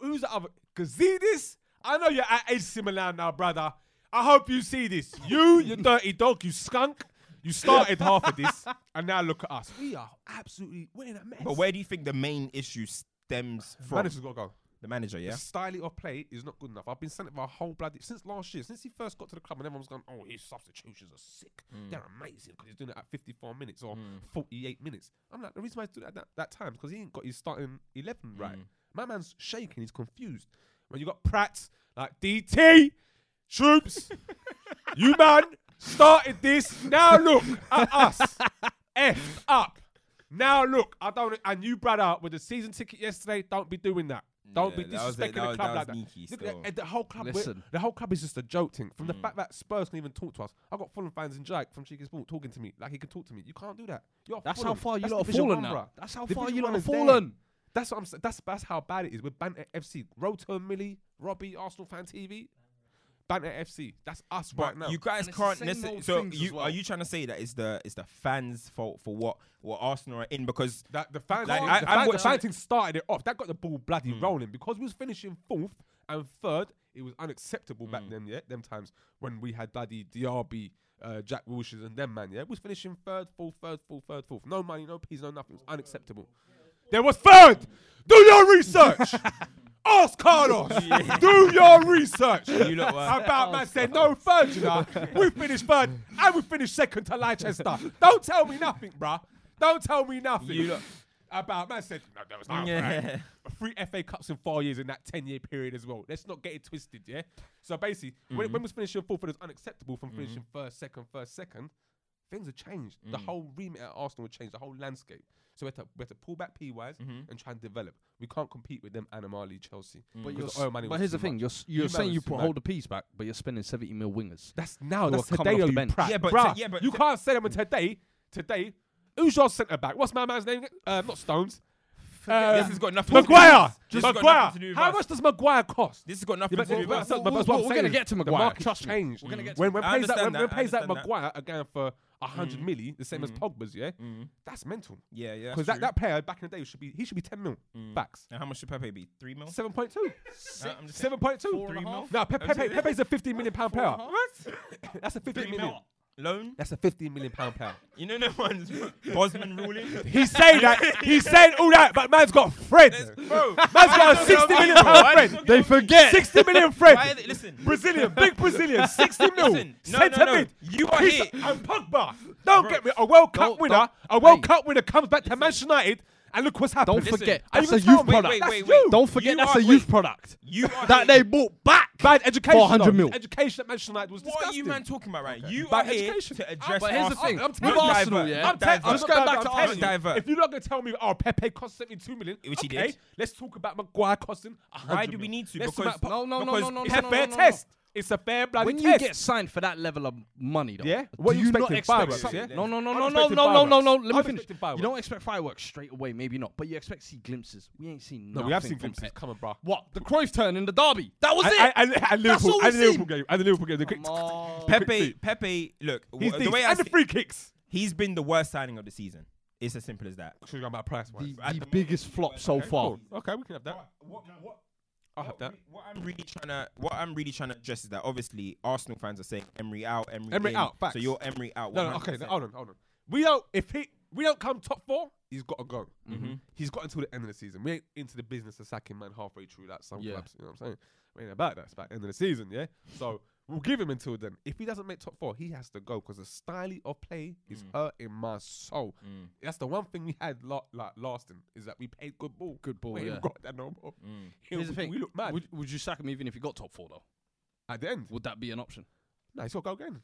Who's the other? Gazidis? I know you're at AC Milan now, brother. I hope you see this. You, you dirty dog, you skunk. You started half of this, and now look at us. We are absolutely we're in a mess.
But where do you think the main issue stems from?
manager's got to go.
The manager, yeah.
The style of play is not good enough. I've been saying it my whole bloody since last year, since he first got to the club, and everyone's going, "Oh, his substitutions are sick. They're amazing because he's doing it at 54 minutes or 48 minutes." I'm like, the reason why he's doing it at that, that time because he ain't got his starting 11 right. My man's shaking. He's confused. When you got Pratt like DT troops, you man started this. Now look at us, effed up. Now look, I don't. And you, brother, with the season ticket yesterday, don't be doing that.
Mm,
Don't
Yeah,
be
that was it. That
disrespecting the
was-
club
that
like
was
that.
sneaky
Look at
still.
that. The whole club, we're-
Listen. Mm.
the whole club is just a joke thing. From the fact that Spurs can even talk to us, I got Fulham fans in Jake from Cheeky Sport talking to me like he can talk to me. You can't do that. You're
That's
Fulham.
how far you
That's
lot have
Division
fallen
One,
now.
bruh.
That's how
Division
far you lot
One
have
is there.
fallen.
That's what I'm. s- That's that's how bad it is. We're Banter FC, Roto Millie, Robbie, Arsenal fan TV, Banter FC. That's us
But
right now.
you guys
And it's the
can't
same
necessarily.
old
So
things as
you,
well.
are you trying to say that it's the it's the fans' fault for what what Arsenal are in? Because
That the fans,
Like,
the,
I-
fan- Hmm.
I'm
the
watching-
fan thing started it off. That got the ball bloody rolling because we was finishing fourth and third. It was unacceptable back then, yeah. Them times when we had bloody DRB, uh, Jack Wilshes and them man, yeah. We was finishing third, fourth, third, fourth, third, fourth. No money, no peas, no nothing. It was unacceptable. There was third. Do your research. Ask Carlos. Do your research.
You lot were-
About man said no third, you know. We finished third and we finished second to Leicester. Don't tell me nothing, bruh. Don't tell me nothing.
You lot-
about man said no, that was not
Yeah.
right. Three FA Cups in four years in that ten year period as well. Let's not get it twisted, yeah. So basically,
Mm.
when, when was finishing fourth, it was unacceptable from finishing first, second, first, second. Things have changed. The
Mm.
whole remit at Arsenal had changed. The whole landscape. So we had to, we had to pull back P wise
Mm-hmm.
and try and develop. We can't compete with them Animali, Chelsea.
Mm.
But,
because
you're,
the oil money
s- but
was
here's
too
the thing:
much.
you're, s- you're
You
saying
man
you
was too
put,
much.
hold the piece back, but you're spending 70 mil wingers.
That's now.
who
That's
are coming
today.
off
Are
the
you
bench.
prat?
Yeah, but
Bruh,
t- yeah, but
you
t-
can't say them with today. Today, who's your centre back? What's my man's name? Uh, not Stones. Um,
this has got nothing.
Maguire.
To do with us. uh, This has got
Maguire.
nothing to do with
How
us.
much does Maguire cost?
This has got nothing
Yeah, but-
to do with
but-
us.
but-
We'll-
but that's what I'm
we'll- we're gonna
saying.
get to
The
Maguire,
market's
trust me.
changed.
We're gonna get to
when when
Maguire.
plays
I
that when,
understand
when
that, I
plays that
understand Mm. that.
Maguire are going for hundred milli, the same as Pogba's, yeah,
Mm.
that's mental.
Yeah, yeah.
Because
Because
that, that player back in the day should be he should be ten mil. Facts.
Now, how much should Pepe be? Three mil.
Seven point two.
Nah, I'm Mm. just saying.
Seven point two.
Four and a half?
No, Pe-
I'm
Pepe,
saying-
Pepe's a fifteen million pound player.
What?
That's a fifteen
Three
million.
mil loan.
That's a fifteen million pound player.
You know, no one's Bosman ruling.
He's saying that. He's saying all that, but man's got Fred.
Bro,
Man's got a
don't tell
60
me,
million
bro.
pound
Why
friend.
you don't They tell me?
forget. 60 million friend.
Why are they- listen.
Brazilian, big Brazilian, 60 mil.
Listen, no,
centre
no, no.
mid.
You are
He's-
hit.
And Pogba. Don't
Bro,
get me. A World Cup
don't-
winner,
don't-
a World
hey.
Cup winner comes back to Manchester United, and look what's happened.
Don't forget,
Are you
that's a
gonna
youth
tell me?
product.
That's
Wait, wait,
you.
wait.
Don't forget
You
that's
are-
a youth
wait.
product
You are
that
hit.
they bought back.
Bad education.
400
though.
mil.
The Education at Manchester United was
What are
disgusting.
you man talking about, right? You
About
are here
education.
to address.
But here's the
Arsenal.
thing,
I'm
with
telling
Not
you.
Arsenal,
divert,
yeah,
not
I'm, ta- I'm
divert.
just
going
going back
back
to
to
Arsenal.
Arsenal.
If you're not going to tell me, oh, Pepe cost 72 million,
Which he
okay,
did.
Let's talk about Maguire costing 100
Why do we
million.
need to?
Let's talk
Because-
about Pop-
No, no, no,
because
no, no,
it's
no,
a
no,
fair
no, no.
test. It's a fair bloody
When you
test.
get signed for that level of money, though,
Yeah?
do
What you
you not
expecting?
expect?
Fireworks,
some-
yeah?
No, no, no,
I'm
no, no,
expecting
no, no, no.
fireworks.
Let me
I'm
finish.
expecting fireworks.
You don't expect fireworks straight away, maybe not, but you expect to see glimpses. We ain't seen.
no, we have
nothing
seen
from
glimpses.
Pep.
Come on, bro.
What the Cruyff turn in the derby? That was it.
And, and, and Liverpool,
all we've
and the Liverpool
seen.
game, and the Liverpool game. The quick,
Come on.
Pepe, Pepe, look,
he's
w- the
decent.
way I
and the
see-
free kicks.
he's been the worst signing of the season. It's as simple as that.
Should have gone about price
the,
wise.
at
the
the
biggest flop so far.
Okay, we can have that.
What, what,
I'll have that.
what I'm really trying to what I'm really trying to address is that obviously Arsenal fans are saying Emery out, Emery,
Emery
in,
out, facts.
So you're Emery out.
No, no, okay,
100%.
no, hold on, hold on. We don't. If he, we don't come top four, he's got to go.
Mm-hmm.
He's got until the end of the season. We ain't into the business of sacking man halfway through that. Some
Yeah.
clubs, you know what I'm saying? We ain't about that. It's about end of the season, yeah. So we'll give him until then. If he doesn't make top four, he has to go because the style of play is
Mm.
hurting my soul. That's the one thing we had lo- like lasting is that we played good ball.
Good ball,
We ain't
yeah. Mm.
got that no more.
Here's the
we,
thing.
we look mad
Would, would you sack him even if he got top four though?
at the end.
Would that be an option?
No, he's got to go again.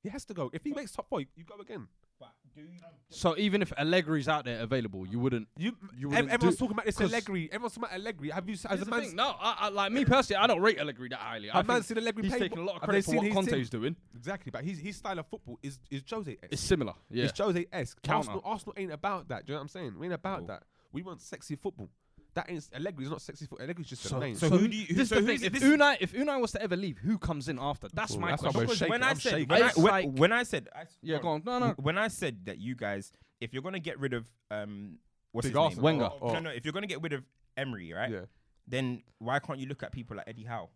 He has to go. If he makes top four, you, you go again.
But do you,
So even if Allegri's out there available, you wouldn't. You
You, ev-
wouldn't do-
everyone's talking about this
'cause-
Allegri. Everyone's talking about Allegri. Have you s-
Here's
as a
the
man?
thing, no, I, I, like me personally, I don't rate Allegri that highly. I
Have man
think
seen Allegri
he's
play?
taking a lot of
Have they
credit for
seen
what
his team?
Conte's doing.
Exactly, but his his style of football is is Jose.
It's similar. Yeah.
It's Jose esque.
Counter.
Arsenal, Arsenal ain't about that. Do you know what I'm saying? We ain't about that. We want sexy football. That ain't Allegri's not sexy football. Allegri's just a name.
so who do you- who-
this
so
is the
who's
thing. If
this-
Unai, if Unai was to ever leave, who comes in after? That's
Well,
my
that's why
question.
we're shaking.
when I
I'm
said
shaking.
when I,
It's
when,
like-
when I said I, s-
Yeah, go on. No, no.
when I said that you guys, if you're gonna get rid of um, what's
Big
his
Arsenal.
name?
Wenger.
Oh, No, no. If you're gonna get rid of Emery, right?
Yeah.
Then why can't you look at people like Eddie Howe?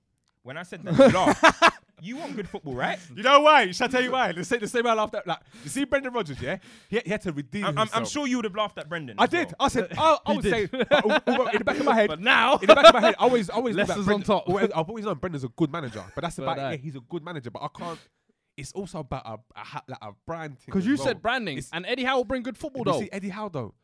When I said that, you laughed. You want good football, right?
You know why? Shall I tell you why? The same, the same way I laughed at. Like, you see Brendan Rodgers, yeah? He, he had to redeem
I'm, I'm,
himself.
I'm sure you would have laughed at Brendan.
I
as
did.
well.
I said, I, I would say,
did.
but al- although in the back of my head,
But now,
in the back of my head, I always, I always knew that
Leicester's on
Brendan,
top.
always- I've always known Brendan's a good manager, but that's
But
about
that-
it. Yeah, he's a good manager, but I can't. It's also about a, a, ha- like a brand thing.
because
as
you
well.
said branding,
It's-
and Eddie Howe will bring good football
You
though.
see Eddie Howe though.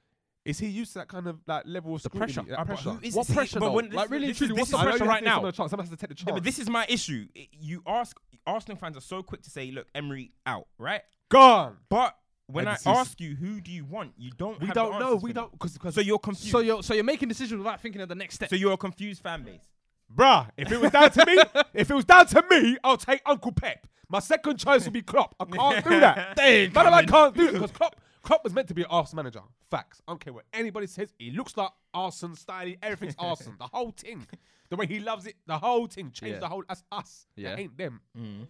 Is he used to that kind of like level of
The pressure.
scrutiny, that
Uh, but
pressure.
who is-
What
What
pressure,
pressure
though?
Like really and
this is-
truly,
this
what's
is-
the
I know
pressure
you have
right
to take
now?
on a chance. Someone has to take the chance.
Yeah, but this is my issue. I- You ask Arsenal fans are so quick to say, "Look, Emery out," right?
gone.
But when I
Emery's-
ask you, who do you want? You don't.
We
have the
don't know.
answers
We
for me.
don't because because
So you're confused.
So you're so you're making decisions without thinking of the next step.
so you're a confused fan base.
Bruh, if it was down to me, if it was down to me, I'll take Uncle Pep. My second choice would be Klopp. I can't do that.
They ain't
Man, I can't do it because Klopp, Klopp was meant to be an Arsenal manager. Facts. I don't care what anybody says. He looks like Arsenal style. Everything's Arsenal. The whole thing. The way he loves it. The whole thing. Change
Yeah.
the whole. That's us.
Yeah.
That ain't them.
Mm.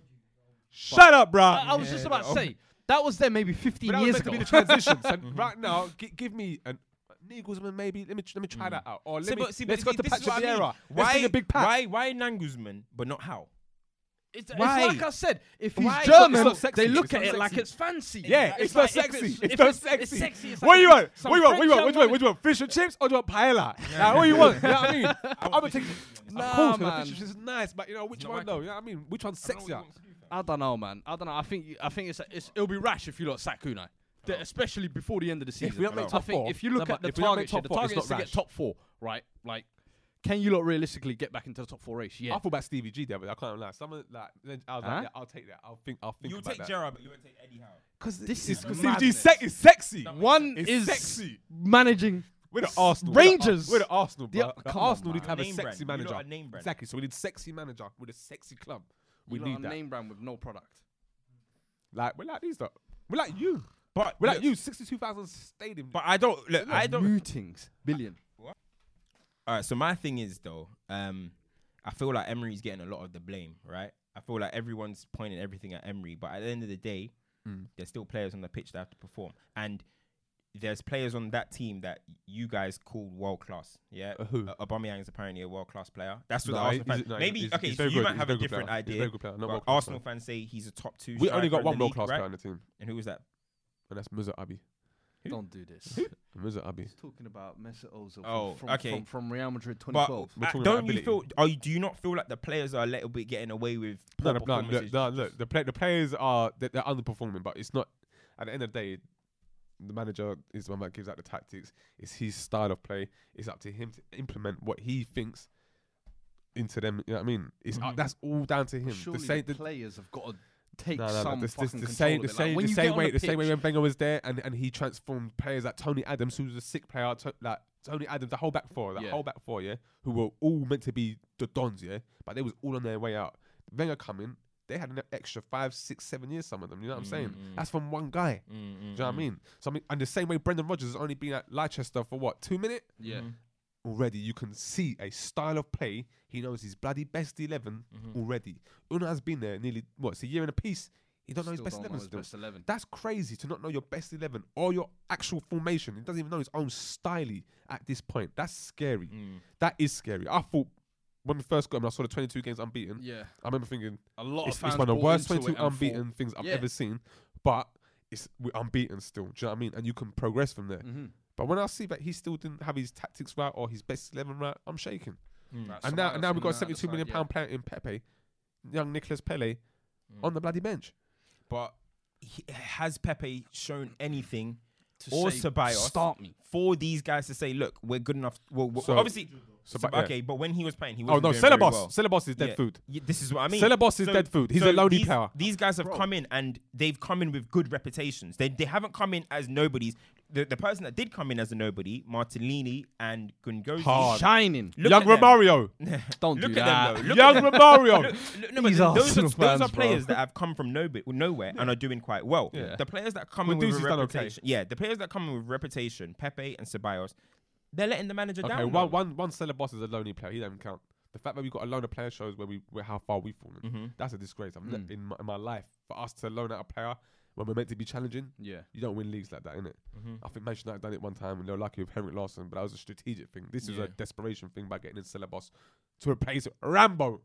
Shut up, bruh.
I, I was just about to say that was there maybe 15
But that was
years
meant
ago.
to be the transition. So
Mm-hmm.
right now, gi- give me an. Nagelsmann, maybe. Let me tr- let me try that out. Or let
See,
me,
Mm. but, see,
let's
but
go to
this is what
Patrick
I mean.
Vieira. Let's
Why
bring a big pack.
Why? Why Nangusman, but not how?
It's,
Why?
it's like I said, if he's
Why? It's
German,
not- it's not sexy.
they look
It's
at
not
it like
sexy.
it's fancy.
Yeah, it's, not
like if
sexy. It's,
if
not
it's-
sexy.
it's sexy. It's
what
like
do you want?
some
What do you want? What do you
French
want? What do you want? What
young
do you want? Fish and chips or do you want paella? Like, what do you want? You know what I mean? I'm gonna take.
Nah,
Of course, 'cause the
man.
fish and chips is nice, but you know which
not my
one though? You know what I mean? Which one's sexier?
I don't know, man. I don't know. I think you- I think it's, it's it'll be rash if you lot sack Unai, The- especially before the end of the season.
Oh. don't make
I
top
think
four-
if you
No,
look
but
at the
if we don't
target,
make
here,
top
the
four, it's
target is to
not
get
rash.
top four, right? Like, can you lot realistically get back into the top four race?
I
Yeah.
thought about Stevie G the other day. I can't lie. Someone like then I was
Huh?
like, yeah, I'll take that. I'll think. I'll think
You'll
about
take
that.
Gerrard, but you won't take Eddie Howe.
Because
This is
Stevie G
madness.
se- is sexy.
One
It's
is
sexy.
managing.
We're the Arsenal.
Rangers.
We're the Arsenal,
The-
bro. The
come on,
Arsenal
man.
need to have a
Name
sexy
brand. You lot
manager.
are name brand.
Exactly. So we need sexy manager with a sexy club. We
You lot
need
a
that.
name brand with no product.
Like we're like these though. We're like you.
But
We're
look,
like you. Sixty-two thousand stadium.
But I don't look. I don't.
Meetings. Billion.
All right. So my thing is though, um, I feel like Emery's getting a lot of the blame, right? I feel like everyone's pointing everything at Emery, but at the end of the day,
Hmm.
there's still players on the pitch that have to perform, and there's players on that team that you guys call world class. Yeah,
Uh, who?
Aubameyang is apparently a world class player. That's what
No,
the Arsenal
he's-
fans.
he's- no,
Maybe
he's-
okay,
he's
so
very
you
good.
might
He's
have
a
a
very good
different
player. He's a
idea.
very good player, not
but
world-class
Arsenal fans say he's a top two.
we only
striker
got
in
one
the
world
league,
class
right?
player on the team,
And who was that?
and that's Musa Abi.
Don't do this.
Musa Abi.
He's talking about Mesut Ozil from,
Oh,
from,
okay.
from, from Real Madrid
But
2012.
We're
uh,
talking about
don't you
ability.
feel? Are you, do you not feel like the players are a little bit getting away with poor
No, no, no,
performances?
look, no, look, the, play, the players are they're, they're underperforming, but it's not. At the end of the day, the manager is the one that gives out the tactics. It's his style of play. It's up to him to implement what he thinks into them. You know what I mean? It's uh,
Mhm.
that's all down to him.
Surely
the same, the-
players have got to take
no, no,
some
no, this- this-
fucking
the
control
same,
of
the
it. Like,
same,
when
the
you get
same
on
way, the,
pitch-
same way when Wenger was there, and, and he transformed players like Tony Adams, who was a sick player, to, like Tony Adams, the whole back four, the
Yeah.
whole back four, yeah, who were all meant to be the dons, yeah, but they was all on their way out. Wenger coming, they had an extra five, six, seven years. Some of them, you know what I'm saying? That's from one guy. Do you know what I mean? So I mean, and the same way Brendan Rodgers has only been at Leicester for what two minutes
Yeah.
already you can see a style of play. He knows his bloody best 11
Mm-hmm.
already. Una has been there nearly, what, it's a year and a piece. He don't know his
Still
best
don't know
11
his
still.
best 11.
That's crazy to not know your best 11 or your actual formation. He doesn't even know his own style at this point. That's scary.
Mm.
That is scary. I thought when we first got him, I saw the 22 games unbeaten.
Yeah.
I remember thinking,
A lot
it's,
of
it's
fans
one of the
bought
worst
into
22
it and
unbeaten things I've
Yeah.
ever seen, but it's we're unbeaten still. Do you know what I mean? And you can progress from there. But when I see that he still didn't have his tactics right or his best eleven right, I'm shaking.
thought, right,
and now,
someone
and now
else
we've
in
got a
that
72
side,
million
yeah.
pound player in Pepe, young Nicholas Pele, on the bloody bench.
But he- has Pepe shown anything
to
or
say,
Ceballos
start me.
for these guys to say, look, we're good enough. Well, well,
So-
obviously, Ceba-
Ceba- yeah.
okay, but when he was playing, he
Oh
wasn't
no,
doing very
Celebos.
well.
Celebos is dead
Yeah.
food.
Y- this is what I mean.
Celebos is dead food. He's a lonely
these,
player.
These guys have
Bro.
come in and they've come in with good reputations. They, they haven't come in as nobodies. The, the person that did come in as a nobody, Martellini and Gungosi.
Hard.
Shining.
Look
Young
at them.
Romario.
Don't
Look
do
at
that.
them, though. Look
Young
at them.
Romario.
Look, no, but th-
These
those, are,
Arsenal
those are
fans, bro.
players that have come from no, nowhere and are doing quite well.
Yeah.
The players that come in with
Guendouzi's
a
done okay.
reputation, yeah, the players that come in with reputation, Pepe and Ceballos, they're letting the manager
Okay,
down.
one,
though.
one, one Celebos is a lonely player. He doesn't count. The fact that we got a loan of player shows where we where how far we've fallen. That's a disgrace. I've
Mm.
ne- in, my, in my life for us to loan out a player when we're meant to be challenging.
Yeah.
You don't win leagues like that, innit? I think Manchester United done it one time and they were lucky with Henrik Larsson, but that was a strategic thing. This is
Yeah.
a desperation thing by getting in Celebos to replace Rambo,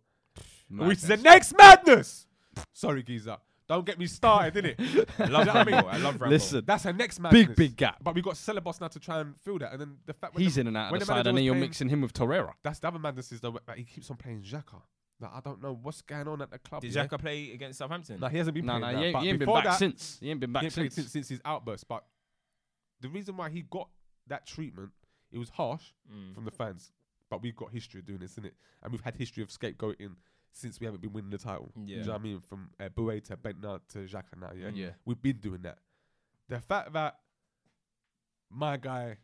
which is the
Madness.
next madness. Sorry, Giza. Don't get me started, innit?
I love
You know what I
Rambo.
mean?
I love Rambo.
Listen,
That's a next madness.
Big, big gap.
But we got Celebos now to try and fill that. And then the fact when
he's
the,
in and out
when
of the
manager
side, and
was
then you're
playing-
mixing him with Torreira.
That's the other madness is though that he keeps on playing Xhaka. Like I don't know what's going on at the club.
Did
yeah?
Xhaka play against Southampton?
No, he hasn't been
No,
playing.
no,
now,
he ain't,
but
he ain't been
before
back
that,
since. He ain't been
He
back
ain't played
since.
since, since his outburst. But the reason why he got that treatment, it was harsh
Mm.
Mm.
from the fans. But we've got history of doing this, innit? And we've had history of scapegoating since we haven't been winning the title.
Yeah.
You know what I mean? From uh, Boué to Bentner to Xhaka now, yeah?
Yeah.
We've been doing that. The fact that my guy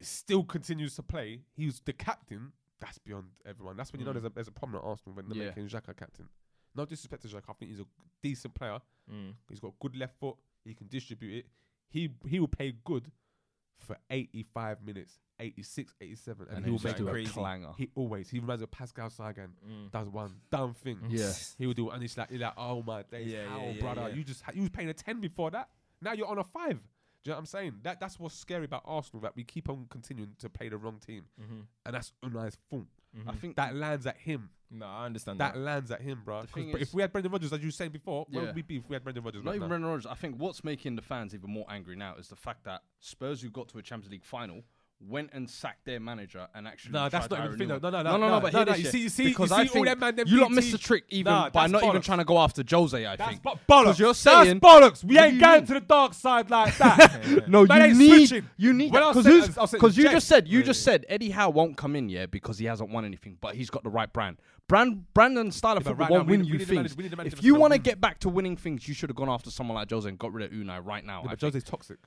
still continues to play, he was the captain, that's beyond everyone. That's when you know
Mm.
there's a, there's a problem at Arsenal when they're
Yeah.
making Xhaka captain. No disrespect to Xhaka, I think he's a decent player.
Mm.
He's got good left foot. He can distribute it. He he will play good for 85 minutes, 86, 87,
And
and, he
then
will
just
make
do a
it.
crazy.
clanger.
He always. He reminds me of Pascal Sagan.
Mm.
Does one dumb thing.
Yeah.
He will do, and it's like, you're like, oh my days,
Yeah,
how,
yeah, yeah,
brother?
yeah.
You just ha- you was paying a ten before that. Now you're on a five. Do you know what I'm saying? That that's what's scary about Arsenal that we keep on continuing to play the wrong team,
Mm-hmm.
Mhm.
and that's Unai's fault.
I think
Mm-hmm. That lands at him.
No, I understand that.
That lands at him, bro.
Mm-hmm. thing
But
is-
if we had Brendan Rodgers, as you were saying before, where
Yeah.
would we be if we had Brendan Rodgers?
Not
Right
even
now?
Brendan Rodgers. I think what's making the fans even more angry now is the fact that Spurs, who got to a Champions League final, went and sacked their manager and actually.
No, that's
tried to
not even
hire a
the thing,
new
though.
one.
No, no,
no, no.
no,
but
no,
hear
no,
this
you
shit.
see- you see-
because
you
I
see all
think
them man, them
you lot
BT
missed the trick even
Nah,
by
that's
not even
bollocks.
trying to go after Jose. I
That's
think
bo-
Because
bollocks.
you're saying
that's bollocks. We
What
ain't
do
going
you-
to the dark side like that.
No,
Man,
you
they
need
switching.
you need
When I
because
said-
you
I said
because you
Jack.
just said you just said Eddie Howe won't come in yeah because he hasn't won anything but he's got the right brand brand brand and style of
Yeah, but
football
right
won't
now we
win
need- we
you
need a manager-
things.
we need a manager
If
that's
you
gonna
want to
win.
get back to winning things, you should have gone after someone like Jose and got rid of Unai right now. I think.
But Jose's toxic.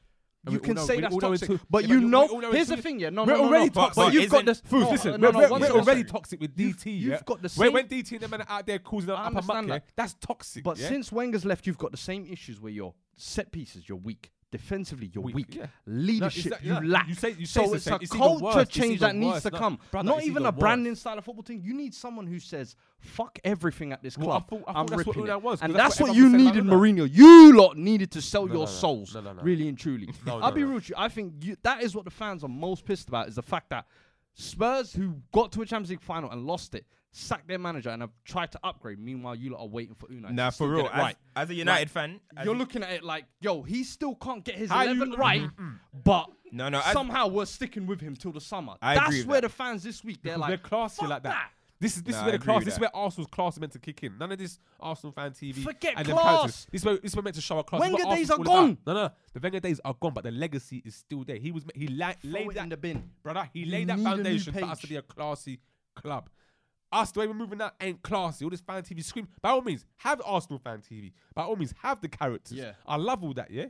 You can say that's toxic, but
yeah,
you
we-
know.
we all
here's the
it's-
thing, yeah. No,
we're
no, no,
already
no.
toxic.
But you've got
Isn't-
this.
Food,
no,
listen,
no, no,
we're,
one
we're
second.
already toxic with
You've-
DT.
you've
yeah?
got the
When,
same-
when DT and them man are out there causing an
I
upper muck,
understand
yeah?
that.
that's toxic.
But
yeah?
since Wenger's left, you've got the same issues where your set pieces, you're weak. Defensively, you're
Weak,
weak.
yeah.
Leadership,
No, it's that-
you
yeah,
lack.
you say- you
so
say it's the
it's
same.
a
It's even
culture
worse, it's
change
even
that needs
worse.
to
No,
come.
brother,
Not
it's
even
even
a
worse.
branding style of football team. You need someone who says, "Fuck everything at this
Well, I
club.
thought- I
I'm
thought that's what
ripping
Unai
it."
was, 'cause
and
that's
that's
what
what you
everyone
need
said
in
about
Mourinho. You lot needed to sell
no,
your
no.
souls,
No, no, no.
really and truly.
No, no,
I'll be
no.
real with you. I think you, that is what the fans are most pissed about is the fact that Spurs, who got to a Champions League final and lost it, sacked their manager and have tried to upgrade. Meanwhile, you lot are waiting for Unai. to
Nah,
still
for
get
real.
it
As,
right.
as a United fan, as
You're
a-
looking at it like, yo, he still can't get his
How you-
11 right, but
No, no, as-
somehow we're sticking with him till the summer.
I
That's
agree with
where
that.
the fans this week, they're
Because
like,
they're classy
"Fuck
like that. This is this
Nah,
is
I
where the
agree
class.
with
This is
that.
where Arsenal's class is meant to kick in. None of this Arsenal fan TV.
Forget
and them characters.
class.
This is where this is where we're meant to show our class. This is
Wenger
what
days
Arsenal's
are
all about.
gone.
No, no, the Wenger days are gone, but the legacy is still there. He was ma- he la-
Throw
laid
it in
that
the bin.
brother. He
You
laid that
need a new
foundation for us to
page.
be a classy club. Us, the way we're moving now ain't classy. All this fan TV scream. By all means, have Arsenal fan TV. By all means, have the characters.
Yeah.
I love all that, yeah?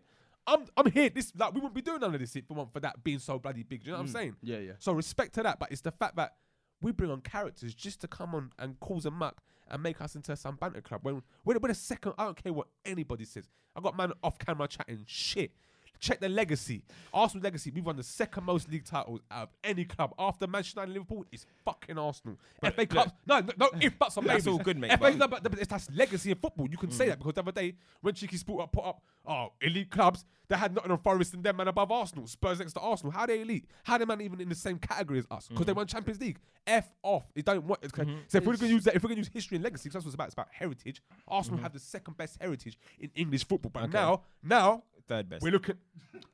I'm I'm here. This like we wouldn't be doing none of this if it weren't for that being so bloody big. Do you know what
Mm.
I'm saying?
Yeah, yeah.
So respect to that, but it's the fact that we bring on characters just to come on and cause a muck and make us into some banter club. When we're, we're the second, I don't care what anybody says. I got man off camera chatting shit. Check the legacy. Arsenal legacy. We've won the second most league titles out of any club after Manchester United and Liverpool. It's fucking Arsenal. FA Cup. No, no, no if buts on
That's all good, mate,
FA,
but-
no, but, but it's that's legacy of football. You can say that because the other day when Cheeky Sport put up oh elite clubs that had Nottingham Forest and them man above Arsenal, Spurs next to Arsenal. How they elite? How they man even in the same category as us? Because
Mhm.
they won Champions League. F off. It don't want. it's- So if we're gonna use that, if we're gonna use history and legacy, 'cause that's what it's about. It's about heritage. Arsenal
Mhm.
have the second best heritage in English football, but now now
third best.
we're looking,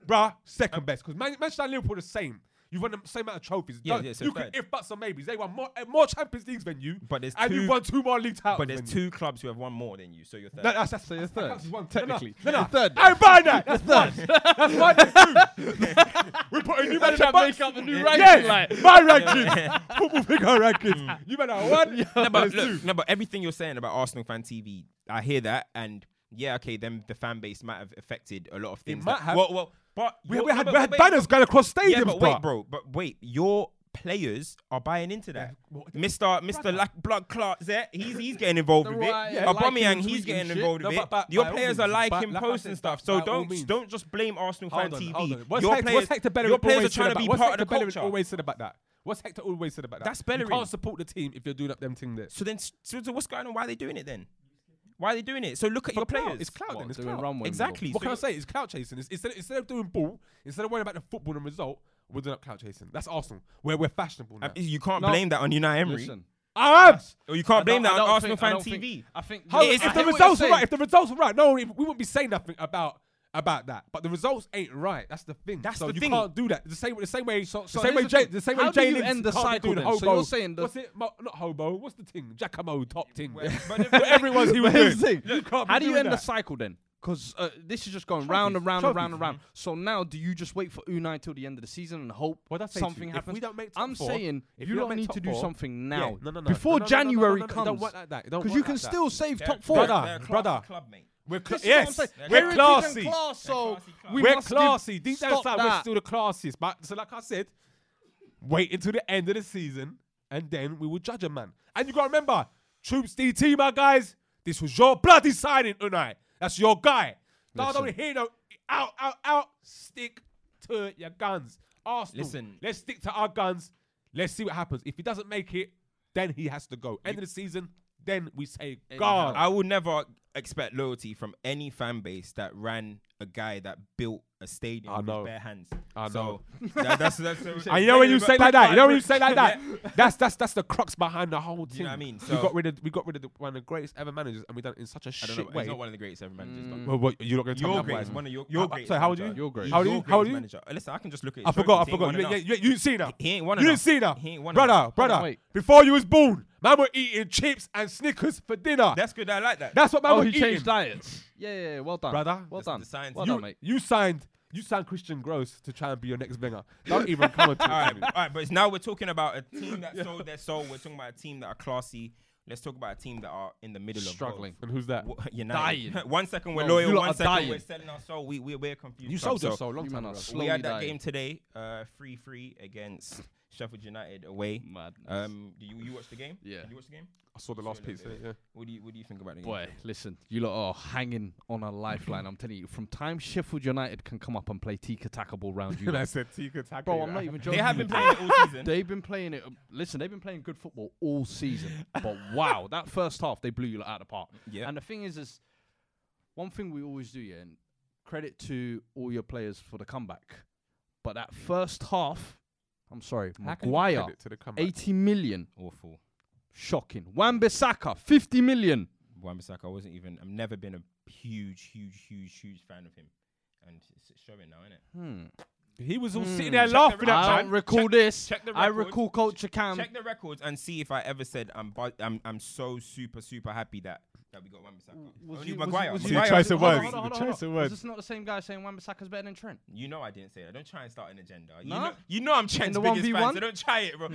bruh, second best because Man- Manchester and Liverpool are the same. You won the same amount of trophies.
Yeah,
Don't-
yeah, so
you can
third.
if buts some maybes. They won more, uh, more Champions Leagues than you,
But there's
and
two-
you won two more league titles.
But there's
than you.
two clubs who have won more than you, so you're third.
No, that's that's
So you're
that counts
third.
as one.
Technically.
no, no,
You're third.
I ain't buying that. That's one. That's one. That's two. We're putting you man in
Trying
the
to make
box.
up a new ranking.
Yes,
Like, Mm.
my rankings. Football pick our rankings. You man are one.
no, but
there's
look, no, but everything you're saying about Arsenal fan TV, I hear that, and yeah, okay, then the fan base might have affected a lot of things.
might
that-
have.
Well, well, but
We,
your-
we
no,
had,
but
we had
wait,
banners going across stadiums,
Yeah, but
bro.
wait, bro. But wait, your players are buying into that.
well, the-
Mr. Mr. Lack, Blood Clark, Zeh, he's he's getting involved with it.
right, yeah,
Aubameyang,
liking,
he's
tweeting
getting
shit.
involved
No,
with
but-
it.
but
Your
by all
players
means,
are
but
liking
like I
posts
said,
and stuff.
by
So
all
don't
means.
don't just blame Arsenal
Hold
fan
on,
TV.
hold on. What's
your
Hector,
players,
what's Hector Bellerin
your players are
always said
trying to
about-
be
what's
part
Hector
of the
Bellerin
culture.
Always said about that. What's Hector always said about that?
That's
You
Bellerin.
can't support the team if you're doing up them thing there.
So then, s- so, so what's going on? Why are they doing it then? Why are they doing it? So look at your
For clout.
players.
It's cloud.
What,
Then. It's
doing
clout.
runway model?
Exactly.
What
So
can I say? It's cloud chasing. It's, instead, instead of doing ball, instead of worrying about the football and result, we're doing up cloud chasing. That's Arsenal. Where we're fashionable now.
Um, You can't
No.
blame that on Unai Emery.
Listen,
I am.
Or you
I
can't blame
don't- I
that on
don't
Arsenal
think- I
fan
don't think-
TV.
I think
How,
Yeah, it's-
I
if the
hear what you're
results are
saying.
right, if the results are right, no, we wouldn't be saying nothing about about that. But the results ain't right. That's the thing.
That's
so
the
you
thing.
can't do that. The same, the same way.
So-
So,
so
the same way.
here's the
Jay,
thing.
the same
How
way.
do
Jay
you
Links
end the
can't be
cycle
doing
then? So
hobo-
you're saying the-
what's it? Mo- not hobo. What's the thing? Giacomo top thing.
but-
Everyone's he was
But here's the
doing.
thing.
You can't be
How do you
doing
end the
that.
cycle then? Because uh, this is just going round and round and round and round. So now, do you just wait for Unai till the end of the season and hope
What I say to you,
something
if
happens?
we don't make top
I'm
four-
saying
if
you
we
don't
don't make
need
top
to do
four-
something
Yeah,
now.
no, no, no.
Before
No, no, no, no, no,
January
no, no, no,
comes,
don't work like that. Don't
because
work
you
like
can
that.
still save
They're-
top
they're-
four.
Brother,
they're a
brother.
class Club, mate.
We're
This
cla-
is what I'm
yes,
saying.
we're
Heritage and
classy.
class, so
classy club.
we
we're
must give-
classy. Deep down
stop
inside,
that.
we're still the classiest. But so, like I said, wait until the end of the season, and then we will judge a man. And you gotta remember, troops DT, my guys. This was your bloody signing, Unai. That's your guy. No, I don't hear no out, out, out. Stick to your guns, Arsenal.
Listen.
let's stick to our guns. Let's see what happens. If he doesn't make it, then he has to go. End of the season, then we say God.
I will never expect loyalty from any fan base that ran a guy that built a stadium
I
with
know.
his bare hands.
I know.
So that, that's that's. that's
And you know when you
but-
say like that, you know when you say like
Yeah.
that, that's that's that's the crux behind the whole thing.
know what I mean?
we
So-
got rid of we got rid of the, one of the greatest ever managers, and we done it in such a
I
shit Mm.
don't know.
way.
He's not one of the greatest ever managers. but
well, what, you're not going to tell me
Your
otherwise.
greatest, one of your,
Uh,
your
uh,
greatest.
so how old
manager.
you? Your
greatest.
How old you?
Your
How old
greatest
you?
Manager. Listen, I can just look at.
I
his
forgot. I
trophies. He ain't won
forgot. You, you,
enough.
you, you didn't see that.
He ain't won
You didn't
enough.
see that,
He ain't won
brother.
enough.
Brother,
wait.
before you was born, man were eating chips and Snickers for dinner.
That's good. I like that.
that's what man
Oh,
were
he
eating.
changed diets. Yeah, yeah, yeah, well done,
Brother,
Well
the-
done.
the science-
well
you,
done, mate.
you signed. You signed Christian Gross to try and be your next Wenger. Don't even come and
all
talk
right,
to me.
all right, but it's now we're talking about a team that sold their soul. We're talking about a team that are classy. Let's talk about a team that are in the middle
Struggling.
of
And who's that?
both. Wha- United.
Dying.
one second we're
No, you
loyal,
lot
one
are
second
dying.
we're selling our soul. We we we're confused.
You
So-
sold your
so
soul a long
You
time
man are
ago.
slow.
we had
slowly
that
dying.
game today, uh, three three against Sheffield United away.
Madness.
Um, do you you watch the game?
Yeah.
Did you watch the game?
I saw the last piece. of it, Yeah.
What do you what do you think about the game?
Boy, listen, you lot are hanging on a lifeline. I'm telling you, from time Sheffield United can come up and play tiki taka ball round you.
And I
lot.
said, Tika Taka.
Bro, I'm not even joking.
They have been playing it all season.
They've been playing it. Listen, they've been playing good football all season. But wow, that first half they blew you lot out of the park.
Yeah.
And the thing is, is one thing we always do, yeah. And credit to all your players for the comeback. But that first half, I'm sorry, Maguire,
To the comeback.
80 million,
Awful.
shocking. Wan-Bissaka, 50 million.
Wan-Bissaka, I wasn't even. I've never been a huge, huge, huge, huge fan of him, and it's it's showing now, isn't it?
Hmm.
He was all
Mm.
sitting there
Check
laughing
the
at
record.
I
man.
don't recall
check-
this.
check the
I
record.
recall Culture
Um,
Cam.
Check the records and see if I ever said I'm bu- I'm I'm so super super happy that that we got Wan-Bissaka.
Was
Only
you- was
Maguire.
you- was
See,
you-
Maguire
choice of
was
words.
great.
Hold on, hold on,
The
hold on,
choice of
hold on.
words.
Is this not the same guy saying Wan-Bissaka's better than Trent?
You know I didn't say that. Don't try and start an agenda. You,
No?
know, you know I'm Trent's
the
biggest fan,
1v1?
so don't try it, bro. Hmm.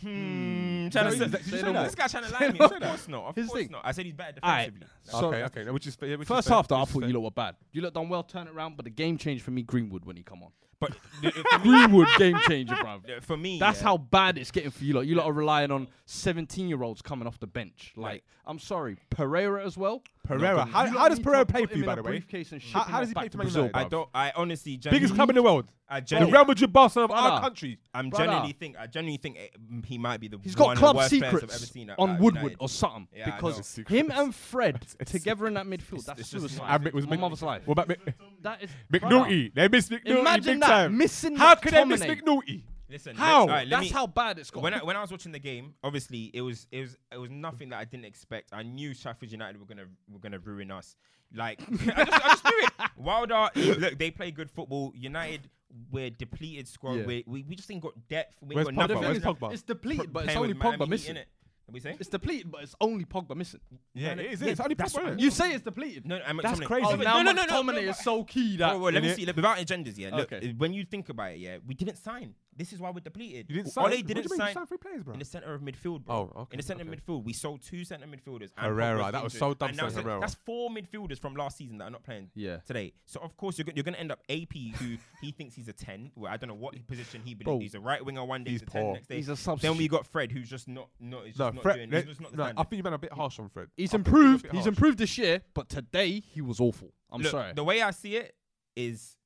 Trying
Hmm.
to
No, you-
say,
you say that.
this guy trying to lie to me. Of course not. Of
Here's the
course
thing.
not. I said he's better
Alright.
defensively.
So-
okay, okay. no, Which is, yeah, which
First
is fair,
half, though, I
which is
thought
fair.
you lot were bad. You lot done well, turn it around, but the game changed for me Greenwood when he come on.
But th- for me,
Greenwood game changer, bruv.
for me
That's
yeah.
how bad it's getting for you lot. You lot are relying on 17 year olds coming off the bench. Like, I'm sorry, Pereira as well.
Pereira.
You
How,
lot
how does
need to
Pereira
put
play
him
for you,
in
by
a
the way?
briefcase and
How,
ship him
how does he
back
play
to
for Man
Brazil,
United?
I
bruv.
don't. I honestly genuinely,
Biggest club in the world.
I
The
genuinely,
Real Madrid Barcelona of
Brother.
our country.
I'm
Brother.
genuinely think I genuinely think eh, mm, he might be the
He's
one
got
of the
club
worst players I've ever
secrets
seen at-
on
at
Woodward
United.
or something.
Yeah, I know.
because
Secrets.
him and Fred
It's-
together in that midfield, that's
it's just
suicide.
not-
And Mick Ah, was
my
Mick-
mother's life.
What about Mick-
That is brother.
McNulty? They missed McNulty
Imagine
big
that,
time.
missing
How could they miss
McTominay.
McNulty?
Listen, let-
How?
alright, let
That's
me-
how bad it's got.
When I, when I was watching the game, obviously it was it was it was nothing that I didn't expect. I knew Sheffield United were gonna were gonna ruin us. Like I just, I just knew it. Wilder, look, they play good football. United, we're depleted squad.
Yeah.
We're, we we just ain't got depth. We
Where's
ain't got
Pogba?
nothing.
Where's
We're just
Pogba?
It's depleted, but it's
playing
only
with Miami
Pogba
Heat,
missing.
innit? What we saying?
It's depleted, but it's only Pogba missing.
Yeah,
it
it
is.
is.
It's only
that's
Pogba,
what-
innit?
You say it's depleted.
No, I'm
That's
something-
crazy.
oh,
but
now
no, no, no, no,
McTominay
no, but-
is so key that.
Oh, well, let me
innit?
see. Look, without agendas, yeah. Look,
Okay.
uh, when you think about it, yeah, we didn't sign. This is why we're depleted.
You didn't
Ole
sign. what do
didn't
you mean? You
sign
signed three players, bro.
in the center of midfield, bro.
Oh, okay,
In the center
okay.
of midfield, we sold two center midfielders. and
Herrera,
Pogba's
that was
injured.
so dumb
And now
saying
it's-
Herrera.
That's four midfielders from last season that are not playing
Yeah.
today. So of course you're, go- you're going to end up AP, who he thinks he's a ten. Well, I don't know what position he believes.
Bro,
he's a right winger one day,
he's
he's a ten
poor.
next day.
He's a
then
substitute.
we got Fred, who's just not, not, he's
No,
just not
Fred.
doing.
let-
he's just not the
no,
standard.
I think you've been a bit harsh on Fred.
Oh,
He's
I think you've been a
improved.
bit
He's
harsh.
improved this year, but today he was awful. I'm
Look,
sorry.
The way I see it is,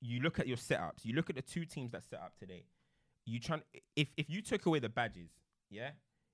you look at your setups. You look at the two teams that set up today. You trying if if you took away the badges, yeah.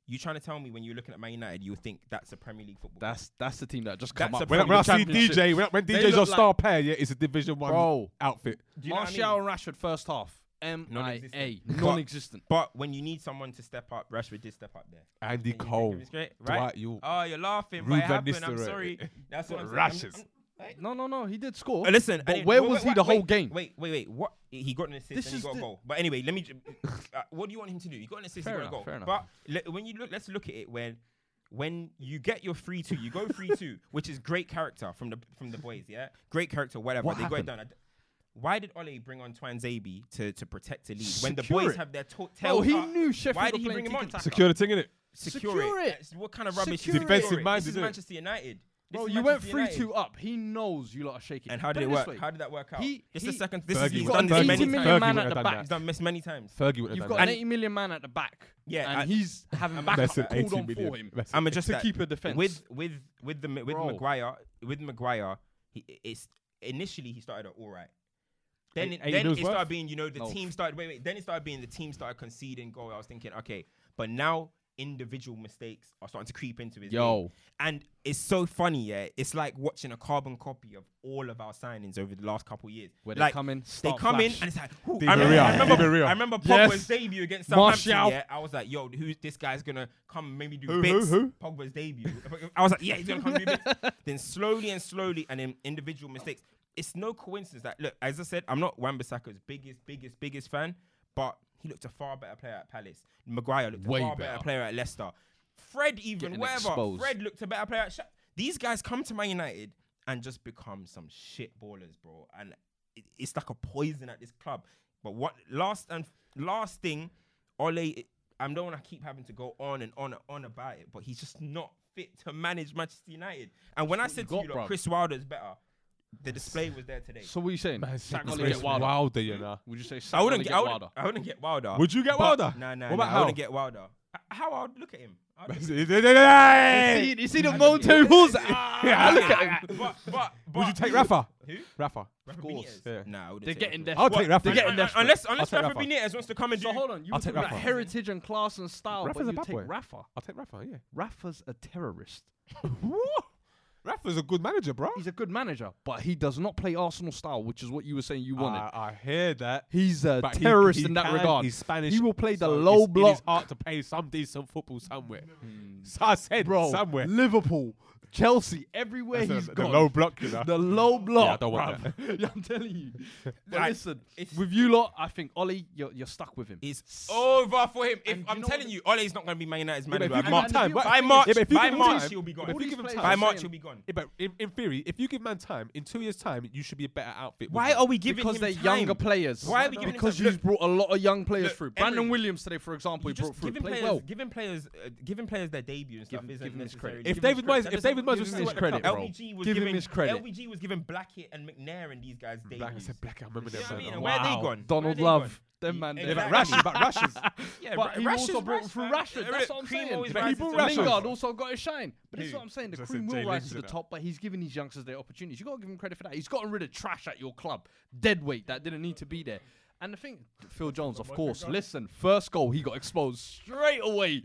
You trying to tell me when you're looking at Man United, you think that's a Premier League football?
That's that's the team that just
That's
come
a
up.
When, I-
from
when I
the
see
championship.
DJ, when, when
They
DJ's your
look like-
star player, yeah, it's a Division One
Bro.
outfit.
Do you know what I
Martial
mean?
and Rashford first half. M I A
Non-existent.
non-existent.
But when you need someone to step up, Rashford did step up there.
Andy
And you think
Cole,
it was great, right?
Dwight York.
Oh, you're laughing, but
Ruud
it
van
happened. I'm
Nistelrooy.
sorry. That's what I'm saying.
Rashes.
I'm- I'm-
No, no, no. He did score.
Uh, listen,
but
and-
where
wait,
was
wait,
he
wait,
the
wait,
whole game?
Wait, wait, wait. What he got an assist
This
and he
is
got a
the-
goal. But anyway, let me. ju- Uh, what do you want him to do? He got an assist.
Fair
he got
enough,
a goal.
fair enough.
But le- when you look, let's look at it when. When you get your three two, you go three two, which is great character from the from the boys, yeah, great character, whatever.
What
they
happened?
got it done. I d- Why did Ole bring on Twan Zabi to to protect the lead when the
Secure
boys
it.
have their to- tail?
Oh, he
up?
knew Sheffield
Why
were
did he
playing
bring him on?
tiki-taka.
Secure the thing in it.
Secure,
Secure
it.
it.
That's- What kind of rubbish?
Secure
is
it.
this?
Defensive
minded,
This is
innit?
Manchester United. This
Bro,
is
you went
Manchester
three
United.
two up. He knows you lot are shaking.
And how did
Put
it
this
work?
way.
How did that work out?
He-
this is
he-
the second.
Fergie
This he's
would
done
have
this
done
an
that.
many
80
times.
Fergie
million man
would
at
have
the
done
back.
that.
He's done this many times.
Fergie would have
You've
done
got
that.
an 80 million man at the back.
Yeah,
and
I-
he's having
I'm
backs
just-
Messi,
Messi,
called
80
on
million.
for him
Messi.
I'm just
to keep a defense.
with with with the with
Bro.
Maguire with Maguire. He, it's initially he started out all right. Then it,
Eight- eight
then it
mils
started
worth?
being you know the
No.
team started wait wait then it started being the team started conceding goal. I was thinking okay, but now individual mistakes are starting to creep into his
Yo.
game. And it's so funny, yeah. It's like watching a carbon copy of all of our signings over the last couple of years.
Where they
like,
come in,
they
start
come in,
flash.
and it's like, who-
Di
I remember,
Maria,
I remember,
Di Maria.
I remember
Yes.
Pogba's debut against Southampton.
Martial.
Yeah, I was like, yo, who's this guy's gonna come maybe do
Who, who,
bits?
who?
Pogba's debut. I was like, yeah, he's gonna come do bits. then slowly and slowly, and then individual mistakes. It's no coincidence that look, as I said, I'm not Wan Bissaka's biggest, biggest, biggest fan, but he looked a far better player at Palace. Maguire looked a
Way
far better.
better.
player at Leicester. Fred even
Getting
whatever.
exposed.
Fred looked a better player. At Sh- These guys come to Man United and just become some shit ballers, bro. And it, it's like a poison at this club. But what last and last thing, Ole, it, I don't want to keep having to go on and on and on about it, but he's just not fit to manage Manchester United. And when I said to
got,
you,
bruv.
look, Chris Wilder's better. The display was there today.
So what are you saying?
Man,
Sack
it's
Ollie get
Chris
Wilder.
Wilder, you know.
Would you say Sack
I wouldn't
Ollie
get, I wouldn't,
Wilder?
I wouldn't get Wilder.
Would you get
But-
Wilder?
Nah, nah,
What about
nah, I
how?
wouldn't get Wilder. H- How I would look at him. I would
Would
See, you see the
I
momentary
think-
balls?
Ah,
look
yeah,
at
yeah. But, but, but
you take Rafa?
Who?
Rafa.
Rafa
course.
Benitez?
Yeah.
Nah, I wouldn't
They're
take Rafa.
getting desperate.
I'll take Rafa.
They're
Un-
getting
un-
desperate.
Unless,
I'll
unless
take
Rafa,
Rafa.
Benitez wants to come and
So
do.
hold on, you
I'll
were
take
talking about
Rafa.
heritage and class and style,
Rafa's
but
a
you
bad
take
boy.
Rafa.
I'll take Rafa, yeah.
Rafa's a terrorist.
Rafa's a good manager, bro.
He's a good manager, but he does not play Arsenal style, which is what you were saying you wanted.
I, I hear that.
He's a
But he-
terrorist
he
in that
can-
regard.
He's Spanish.
He will play the
so
low
it's, It
block.
is hard to play some decent football somewhere. So I said
bro.
somewhere.
Liverpool, Chelsea, everywhere
That's the-
he's
the
gone.
low block, you know.
The low block.
don't want
bruv. Yeah, I'm telling you. But
Like,
listen,
it's-
with you lot, I think Ollie, you're, you're stuck with him.
It's over for him. If
And
I'm
you know
telling
what-
you, Ole's not going to be Man United's
but
manager.
if
by
you give
March.
him time,
but-
by
yeah,
March,
but if you
by
give him
March,
time-
he'll be
but if
gone.
you give him time-
By
I'm
March,
saying-
he'll be gone.
Yeah, but in, in theory, if you give man time, in two years' time, you should be a better outfit.
Why are we giving
because
him
they're
time?
younger players.
Why are we giving him
Because
time?
you've
Look-
brought a lot of young players
look,
through. Brandon
Emery-
Williams today, for example,
You
he brought
just
through.
giving
Played
players,
well.
giving players, uh, giving players their debut and stuff
Give-
isn't
give him his
necessarily-
credit.
give
If
him
David Moyes,
That doesn't-
if David Moyes
give
was
him
still
his
at the
credit,
club,
bro.
LVG was
Give him
giving
his credit.
LVG was giving Blackett and McNair and these guys debuts.
Black, I said black. I remember
You
them.
know what I mean?
saying
And
that.
where they
Wow.
gone? Where
Donald
they
Love.
gone?
Them
Yeah,
man
but
there.
But
Rashford.
Rashford, but Rashford.
Yeah,
But
Ra-
he
Rashford's
also brought
Rashford.
through Rashford. That's what I'm
Cream
saying.
always
But he
rises
brought
to the
Rashford.
top.
Lingard also got his shine. But that's
Who?
what I'm saying. The
Just
cream
said
will
Jay
rise
Lynch
to the
did that.
top, but he's giving these youngsters their opportunities. you got to give him credit for that. He's gotten rid of trash at your club, dead weight that didn't need to be there. And the thing, Phil Jones, of course, listen, first goal, he got exposed straight away.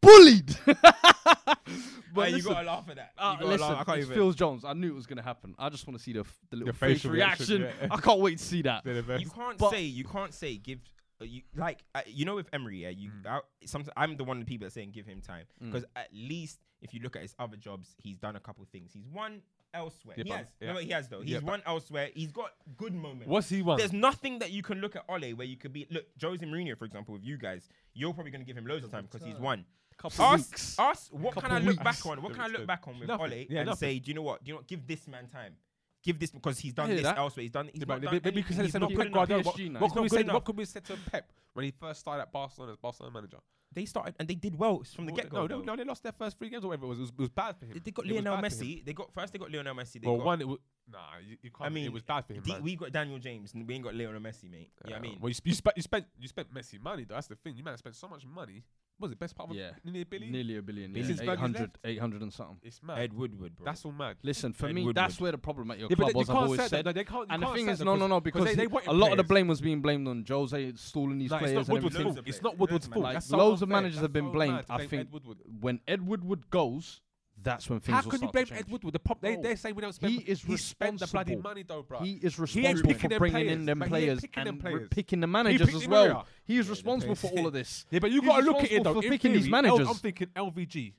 Bullied.
But
but
you
listen,
gotta laugh at that. You
uh,
gotta
listen,
laugh. I can't
it's
even.
Phil Jones. I knew it was going to happen. I just want to see the, f- the little
Your
face
facial
reaction.
reaction, yeah.
I can't wait to see that.
They're the
You
best.
can't
But-
say you can't say give uh, you, like uh, you know with Emery, yeah, you
Mm.
I, sometimes I'm the one of the people that's saying give him time because at least if you look at his other jobs, he's done a couple things. He's won elsewhere.
Yeah,
he
but-
has.
yeah.
No, he has though. He's
Yeah, but-
won elsewhere. He's got good moments.
What's he won?
There's nothing that you can look at Ole where you could be look Jose Mourinho for example with you guys. You're probably gonna give him loads of time because he's won.
Couple
Us,
weeks.
us, what
Couple
can I look
weeks.
back on? What can I
Nothing.
look back on with
Nothing.
Ole
Yeah,
and
nothing.
say, do you know what? Do you know what? Give this man time. Give this because he's done
hear
this
that.
elsewhere. He's done. He's
Yeah, but
not done
maybe- maybe you
anything.
could say the
He's
same
not
about
good
Pep
enough.
Guardiola. What,
PSG now.
what
He's
could
not
we
good
say? What
enough.
could we say to Pep when he first started at Barcelona as Barcelona manager?
They started and they did well from the
Well,
get go.
No, no, no, they lost their first three games or whatever it was. It was, it was bad for him.
They got
It was
Lionel
bad for him.
Messi. They got first. They got Lionel Messi. They
Well,
got,
one, it was nah. You, you can't.
I mean,
it was bad for him.
D-
man.
we got Daniel James and we ain't got Lionel Messi, mate. Yeah, I mean,
well, you, sp- you, spe- you spent you spent Messi money. Though. That's the thing. You might have spent so much money. What was it best part of
Yeah.
a, nearly a billion?
Nearly a billion. Yeah.
Since Fergie's
800,
left?
800 and something.
It's mad.
Ed Woodward, bro.
That's all mad.
Listen, for
Ed
me,
Woodward.
that's where the problem at your
Yeah, but
club
they- they
was. I've
can't
always
say that,
said.
though. They can't- you
and the
can't
thing
say
is,
that
no, no, no,
because
because
they- they wanted
a lot of the
players.
blame was being blamed on Jose stalling these
Like,
players.
it's
and
not Woodward's
everything.
fault.
everything.
It's not Woodward's
Like,
fault.
Like,
That's so
loads of
unfair.
managers
That's
have been
so
blamed.
mad to
I
blame
think
Ed Woodward.
when Ed Woodward goes, that's when things.
How
will
can you
start
blame
to
Ed
change.
Woodward? The pop, they,
Bro,
they say we don't spend.
he is
he spent the bloody
responsible.
money though, bro.
He is
He ain't
responsible
picking
for
them
bringing
players,
in them
but he ain't
players
picking them
and re-
players.
picking the
picked
managers as
him earlier.
well. He is
Yeah, the
responsible for all of this.
Yeah, but you
He's
got to look at it
responsible
though.
for
In
picking these
theory, L-
managers.
I'm thinking LVG,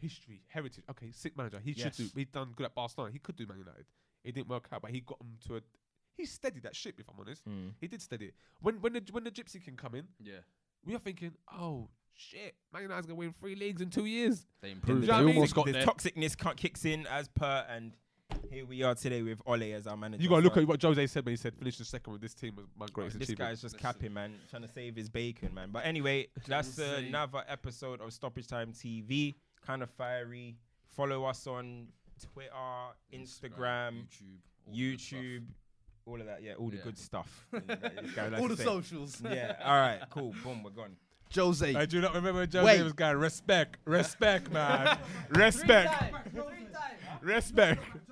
history, heritage. Okay, sick manager. He
Yes.
should do. He's done good at Barcelona. He could do Man United. It didn't work out, but he got him to a. He steadied that ship. If I'm honest,
Mm.
he did steady it. When when the when the Gypsy can come in,
Yeah,
we are thinking, oh shit, Man United's gonna win three leagues in two years.
they
You
improved. They
know what I mean?
almost got
the
there.
toxicness cu- kicks in as per, and here we are today with Ole as our manager.
You gotta look
So
at what Jose said when he said finishing second with this team was my greatest
This
achievement.
guy's just capping, man, trying to save his bacon, man. But anyway, that's
Insane.
another episode of Stoppage Time TV. Kind of fiery. Follow us on Twitter, Instagram, YouTube, all of that. Yeah, all the
Yeah.
good stuff. you know, that this guy likes
all
to
the
say.
socials.
Yeah. All right. Cool. Boom. We're gone.
Jose.
I do not remember Jose
Wait.
was going respect, respect, man, respect, respect.